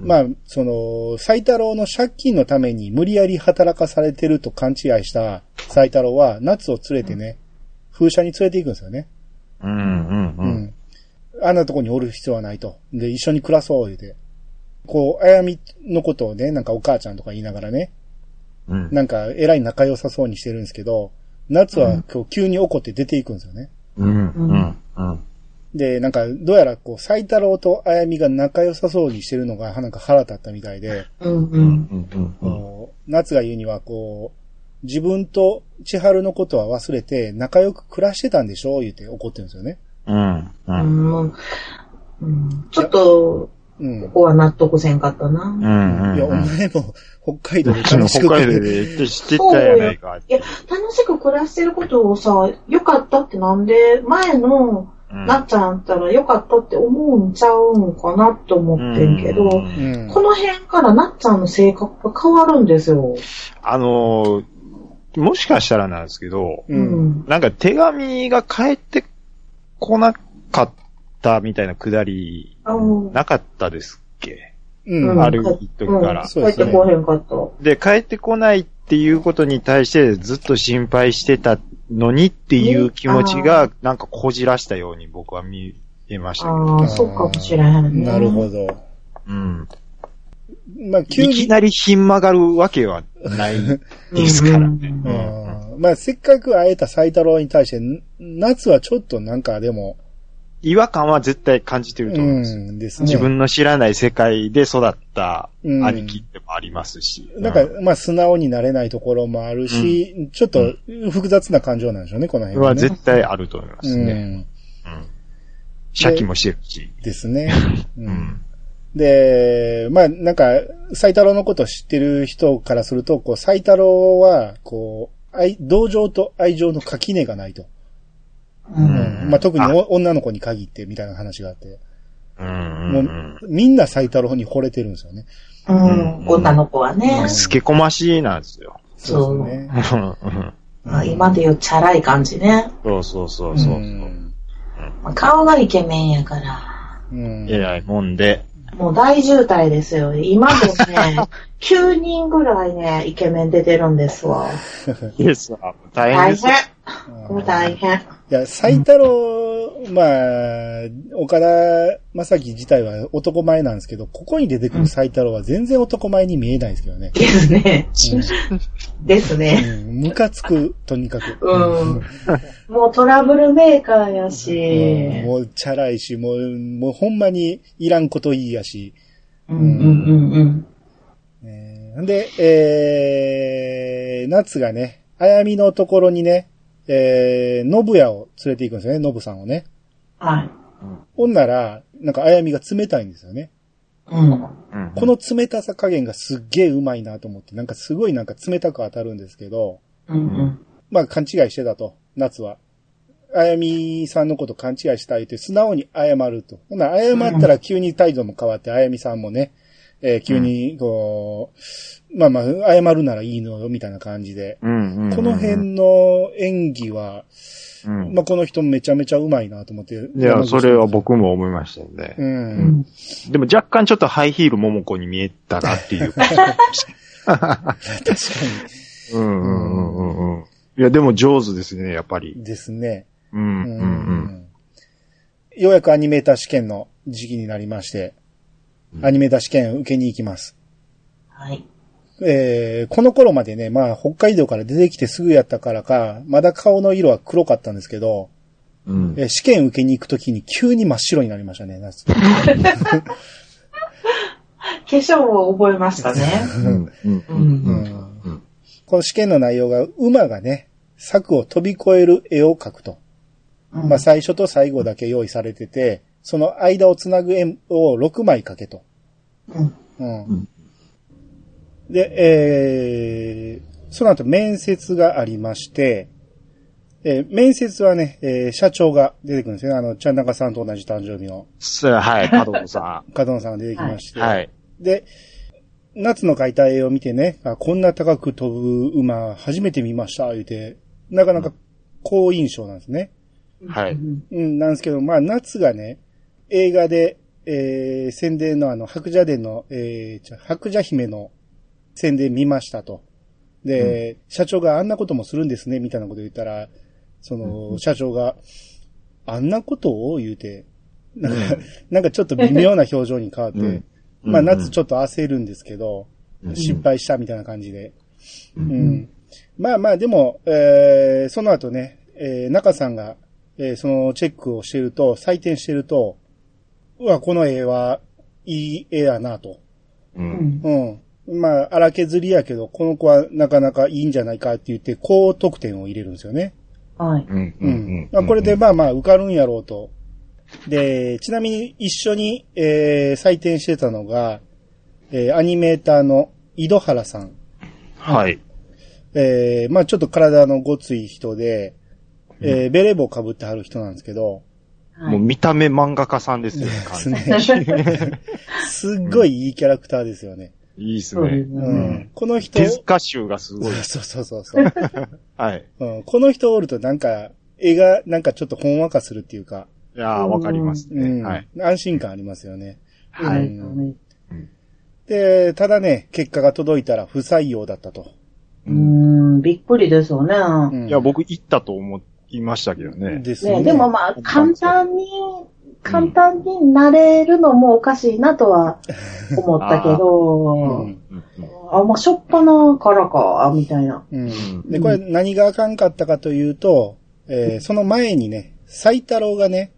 うんまあ、その、斎太郎の借金のために無理やり働かされてると勘違いした斎太郎は、夏を連れてね、風車に連れて行くんですよね。うん。うん。うん。あんなとこにおる必要はないと。で、一緒に暮らそう、言うて。こう、あやみのことをね、なんかお母ちゃんとか言いながらね、うん。なんか偉い仲良さそうにしてるんですけど、夏はこう急に怒って出ていくんですよね。うん。うん。うん。で、なんか、どうやらこう、斎太郎とあやみが仲良さそうにしてるのが、なんか腹立ったみたいで、うんう。うんん。うん。うん。こう夏が言うには、こう、自分と千春のことは忘れて、仲良く暮らしてたんでしょ言うて怒ってるんですよね。うん。う。うんんもううんちょっと、うん。ここは納得せんかったな。うん。いや、おうん。前も北海道で楽しく北海道で知ってたやないか。いや、楽しく暮らしてることをさ、良かったってなんで、前のうんなっちゃんったら良かったって思うんちゃうんかなって思ってんけど、ううんん。この辺からなっちゃんの性格が変わるんですよ。あのー、もしかしたらなんですけど、う。うんん。なんか手紙が返ってこなかったみたいなくだり、あのなかったですっけ、ううんん。ある一時から。そうですね帰ってこうへんかった。で、帰ってこないっていうことに対してずっと心配してたのにっていう気持ちが、なんかこじらしたように僕は見えましたけど。ああ、そうかもしれへんね。なるほど。うん。まあ、急いきに、なりひん曲がるわけは (laughs) ないですからね。ううんん。まあ、せっかく会えた斎太郎に対して、夏はちょっとなんかでも、違和感は絶対感じてうると思うんですよ。ん、ですね。自分の知らない世界で育ったうん兄貴でもありますし。なんか、まあ、素直になれないところもあるし、ちょっと複雑な感情なんでしょうね、この辺はは、ね。絶対あると思いますうね。ん。うん。シャキもしてるし。です (laughs) ね。う。うんん。で、まあ、なんか、斎太郎のことを知ってる人からすると、こう、斎太郎は、こう、愛、同情と愛情の垣根がないと。うう。んん。まあ、特にあお女の子に限ってみたいな話があって。うんもううんうん。、みんな斎太郎に惚れてるんですよね。うん。女の子はね。透け込ましいなんですよ。 (laughs) そうですね。まあ今で言うチャラい感じね。そうそうそうそう。んまあ顔がイケメンやから。うん。えらいもんで。もう大渋滞ですよ。今で (laughs) ね、9人ぐらいね、イケメン出てるんですわ。イエスは大変大です変。これ大変。いや、斎太郎、まあ、岡田正樹自体は男前なんですけど、ここに出てくる斎太郎は全然男前に見えないですけどね。ですね。ですうね。ん、ムカつく、とにかく。うん。もうトラブルメーカーやうんし。もう、チャラいし、もう、もうほんまにいらんこと言いやし。うんうんうんうん。えーで、えー、夏がね、あやみのところにね、えー、信也を連れて行くんですよね、信さんをね。はい。ほんなら、なんかあやみが冷たいんですよね。うん。うんこの冷たさ加減がすっげえうまいなと思って、なんかすごいなんか冷たく当たるんですけど、うんまあ勘違いしてたと、夏は。あやみさんのこと勘違いしたいって素直に謝ると。ほな、謝ったら急に態度も変わって、あやみさんもね、えー急に、こう、まあまあ、謝るならいいのよ、みたいな感じで。うんこの辺の演技は、うんまあこの人めちゃめちゃうまいなと思って。いや、それは。僕も思いましたよね。う。うんん。でも若干ちょっとハイヒールももこに見えたなっ (laughs) ていう。確かうんうんうんうんうん。いや、でも上手ですね、やっぱり。に。ですね。うんううんんうん。ようやくアニメーター試験の時期になりまして、うんアニメーター試験を受けに行きます。はい。えー、この頃までね、まあ、北海道から出てきてすぐやったからか、まだ顔の色は黒かったんですけど、うんえー試験受けに行くときに急に真っ白になりましたね、夏。化粧を覚えましたね。うんうんう。うんんうんこの試験の内容が、馬がね、柵を飛び越える絵を描くと。まあ、最初と最後だけ用意されてて、その間をつなぐ円を6枚描けと。うん。うんうんで、えー、その後面接がありまして、えー面接はね、えー社長が出てくるんですよね。あの、ちゃんなかさんと同じ誕生日のそう (laughs) はい、加藤さ角野さんが出てきまして、ん。はい。で、夏の解体を見てね、あこんな高く飛ぶ馬初めて見ました、言うて、なかなか好印象なんですね。はいうんうん、なんですけど、まあ、夏がね、映画で、えー、宣伝のあの、白蛇伝の、えー、じゃ白蛇姫の宣伝見ましたと。で、社長があんなこともするんですね、みたいなこと言ったら、その、社長が、あんなことを言うて、なんか、なんかちょっと微妙な表情に変わって、うんまあうんうん夏ちょっと焦るんですけど、うん失敗したみたいな感じで。う。うんん。まあまあ、でも、えーその後ね、えー中さんが、えーそのチェックをしてると、採点してると、うわ、この絵は、いい絵やなと。う。うんん。うん。まあ、荒削りやけど、この子はなかなかいいんじゃないかって言って、高得点を入れるんですよね。はい。うん。ううんん。。まあこれで、まあまあ受かるんやろうと。で、ちなみに一緒に、えー採点してたのが、えーアニメーターの井戸原さん。はい。えーまあちょっと体のごつい人で、えーベレー帽被ってはる人なんですけど、はもうい。見た目漫画家さんですよね。完す全にねすっごいいいキャラクターですよね。いいです (laughs) そうねです。うね。ん。うんこの人、手塚集がすごい。そうそうそう (laughs) そう、はい。うん。この人おるとなんか、絵がなんかちょっとほんわかするっていうか、いやー、わかりますうね。んはい。安心感ありますよね。はうい。んで、ただね、結果が届いたら不採用だったと。うーん、びっくりですよね。うんいや、僕行ったと思いましたけどね。ですよね、ね。でもまあ、簡単に、簡単になれるのもおかしいな (laughs) とは思ったけうど、ん。うんあ、まあ、しょっぱなからか、みたいな。う。うんんで、これ何があかんかったかというと、えーその前にね、斎太郎がね、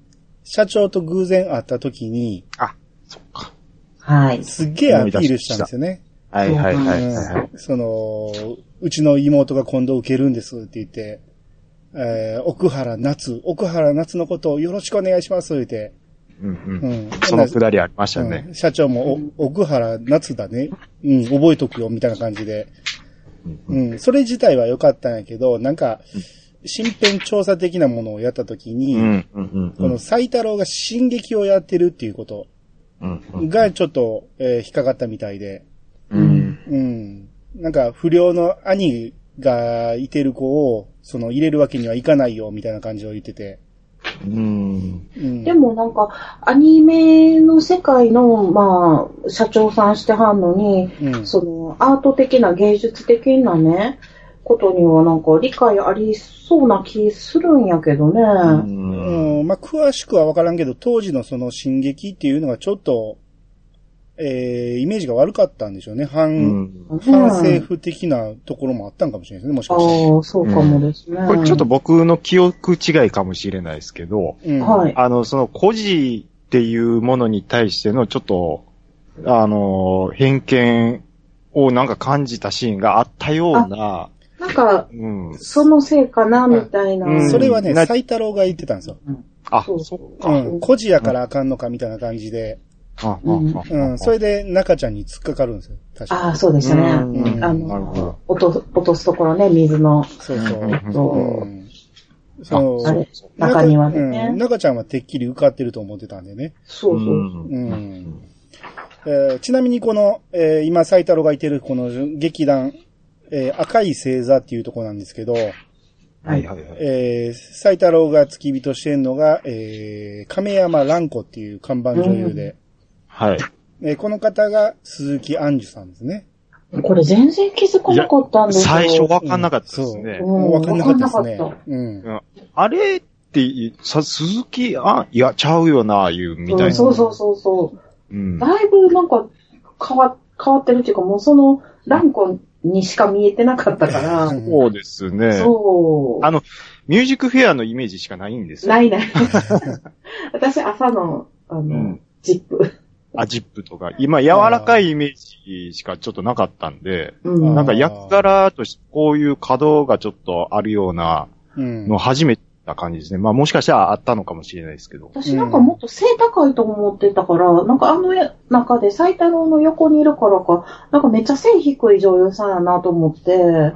社長と偶然会った時に、そっか。はい。すっげえアピールしたんですよね。はいはいはいはいはうんその、うちの妹が今度受けるんですって言って、えー奥原夏、奥原夏のことをよろしくお願いしますってい。うんう言っん。て、うん。そのくだりありましたねう。ん社長も、お、奥原夏だね。うん、覚えとくよ、みたいな感じで。うんうん、それ自体は良かったんやけど、なんか、身辺調査的なものをやったときに、うんうんうこのん斎太郎が進撃をやってるっていうことうんうん。がちょっと、えー引っかかったみたいで、うんうん。なんか、不良の兄がいてる子を、その、入れるわけにはいかないよ、みたいな感じを言ってて。うん。うん。でもなんか、アニメの世界の、まあ、社長さんしてはんのに、うん、その、アート的な芸術的なね、ことにはなんか理解ありそうな気するんやけどね。うん。うん、まあ、詳しくは分からんけど、当時のその進撃っていうのがちょっと、えー、イメージが悪かったんでしょうね。反、うん反政府的なところもあったんかもしれないですね、もしあかしあ、そうかもですね。これちょっと、僕の記憶違いかもしれないですけど、て。うん。はい。あの、その孤児っていうものに対してのちょっと、あの、偏見をなんか感じたシーンがあったような、なんか、うん。そのせいかな、みたいな。うんそれはね、な斎太郎が言ってたんですよ。あ、そうそっうか。ん。孤児やからあかんのかみたいな感じで。ああうんあうん。それで中ちゃんに突っかかるんですよ。確あかあ、そうでしたね。うんなあるほどの。、落と落とすところね、水の。そうそう。うんそうう。ん。そうあれ中にはねうん中ちゃんはてっきり受かってると思ってたんでね。そうそう。うんん。えーちなみにこの、えー今、斎太郎がいてるこの劇団、えー赤い星座っていうとこなんですけど、はいはいはい。えー、斎太郎が付き人してんのが、えー亀山蘭子っていう看板女優で、はい。えーこの方が鈴木杏樹さんですね。これ全然気づかなかったんですよ。最初わかんなかったですうね。ん、わかんなかったでわすかんねなかっ。うん。あれって、さ、鈴木、あ、いや、ちゃうよな、いう、みたたういんな。そうそうそうそう。うん。だいぶなんか変わ変わってるっていうか、もうそのランコにしか見えてなかったかそうですら、ね。そう。あの、ミュージックフェアのイメージしかないんですよ。な (laughs) いない。私、朝の、あの、うんジップ。アジップとか。今、柔らかいイメージしかちょっとなかったんで、うん。なんか役柄としてこういう稼働がちょっとあるようなうん。の初めてな感じですね。まあもしかしたらあったのかもしれないですけど。私なんかもっと背高いと思ってたから、なんかあの中で斎太郎の横にいるからか、なんかめっちゃ背低い女優さんやなと思って、あ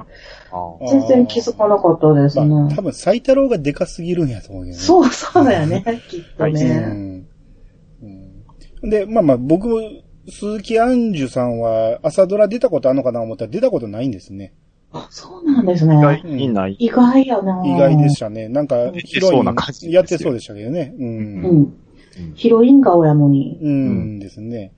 ー全然気づかなかったですね。まあ多分、斎太郎がでかすぎるんやと思うけどね。そうそうだよね、きっとね。ね。うん。で、まあまあ、僕、鈴木杏樹さんは朝ドラ出たことあるのかなと思ったら出たことないんですね。あそうなんです意ね外。にない。意外やな意外でしたね。なんか、ヒロイそうな感じですンよやってそうでしたけどね。うん。ううんん。ヒロイン顔やのに。うんですね。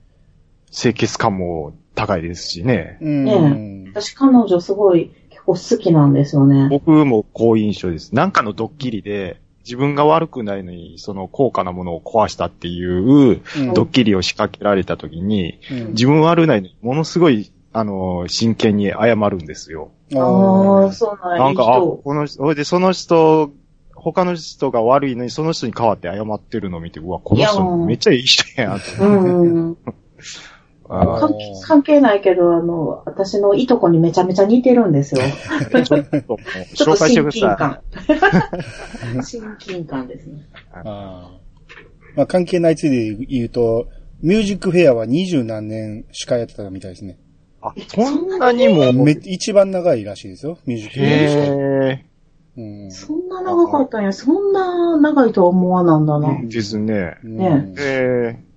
清潔感も高いですしね。うん。私彼女すごい結構好きなんですよね。僕も好印象です。なんかのドッキリで、自分が悪くないのに、その高価なものを壊したっていううんドッキリを仕掛けられた時に、うん自分悪ないのに、ものすごい、あの、真剣に謝るんですよ。あああ、そうなんや。なんか、いいあ、人この人、ほいでその人、他の人が悪いのに、その人に代わって謝ってるのを見て、うわ、このいやも人うめっちゃいい人やん。うん。あかー関係関係ないけど、あの、私のいとこにめちゃめちゃ似てるんですよ。ちょっともうち紹ょっと介して親く近ださ (laughs) 感。親近感ですね。あーまあ、関係ないついで言うと、ミュージックフェアは二十何年司会やってたみたいですね。い。あ、そんなにも、め一番長いらしいですよ、ミュージックフェアの司会。へうんそんな長かったんや。そんな長いとは思わなんだな。ーですね。うんねえー、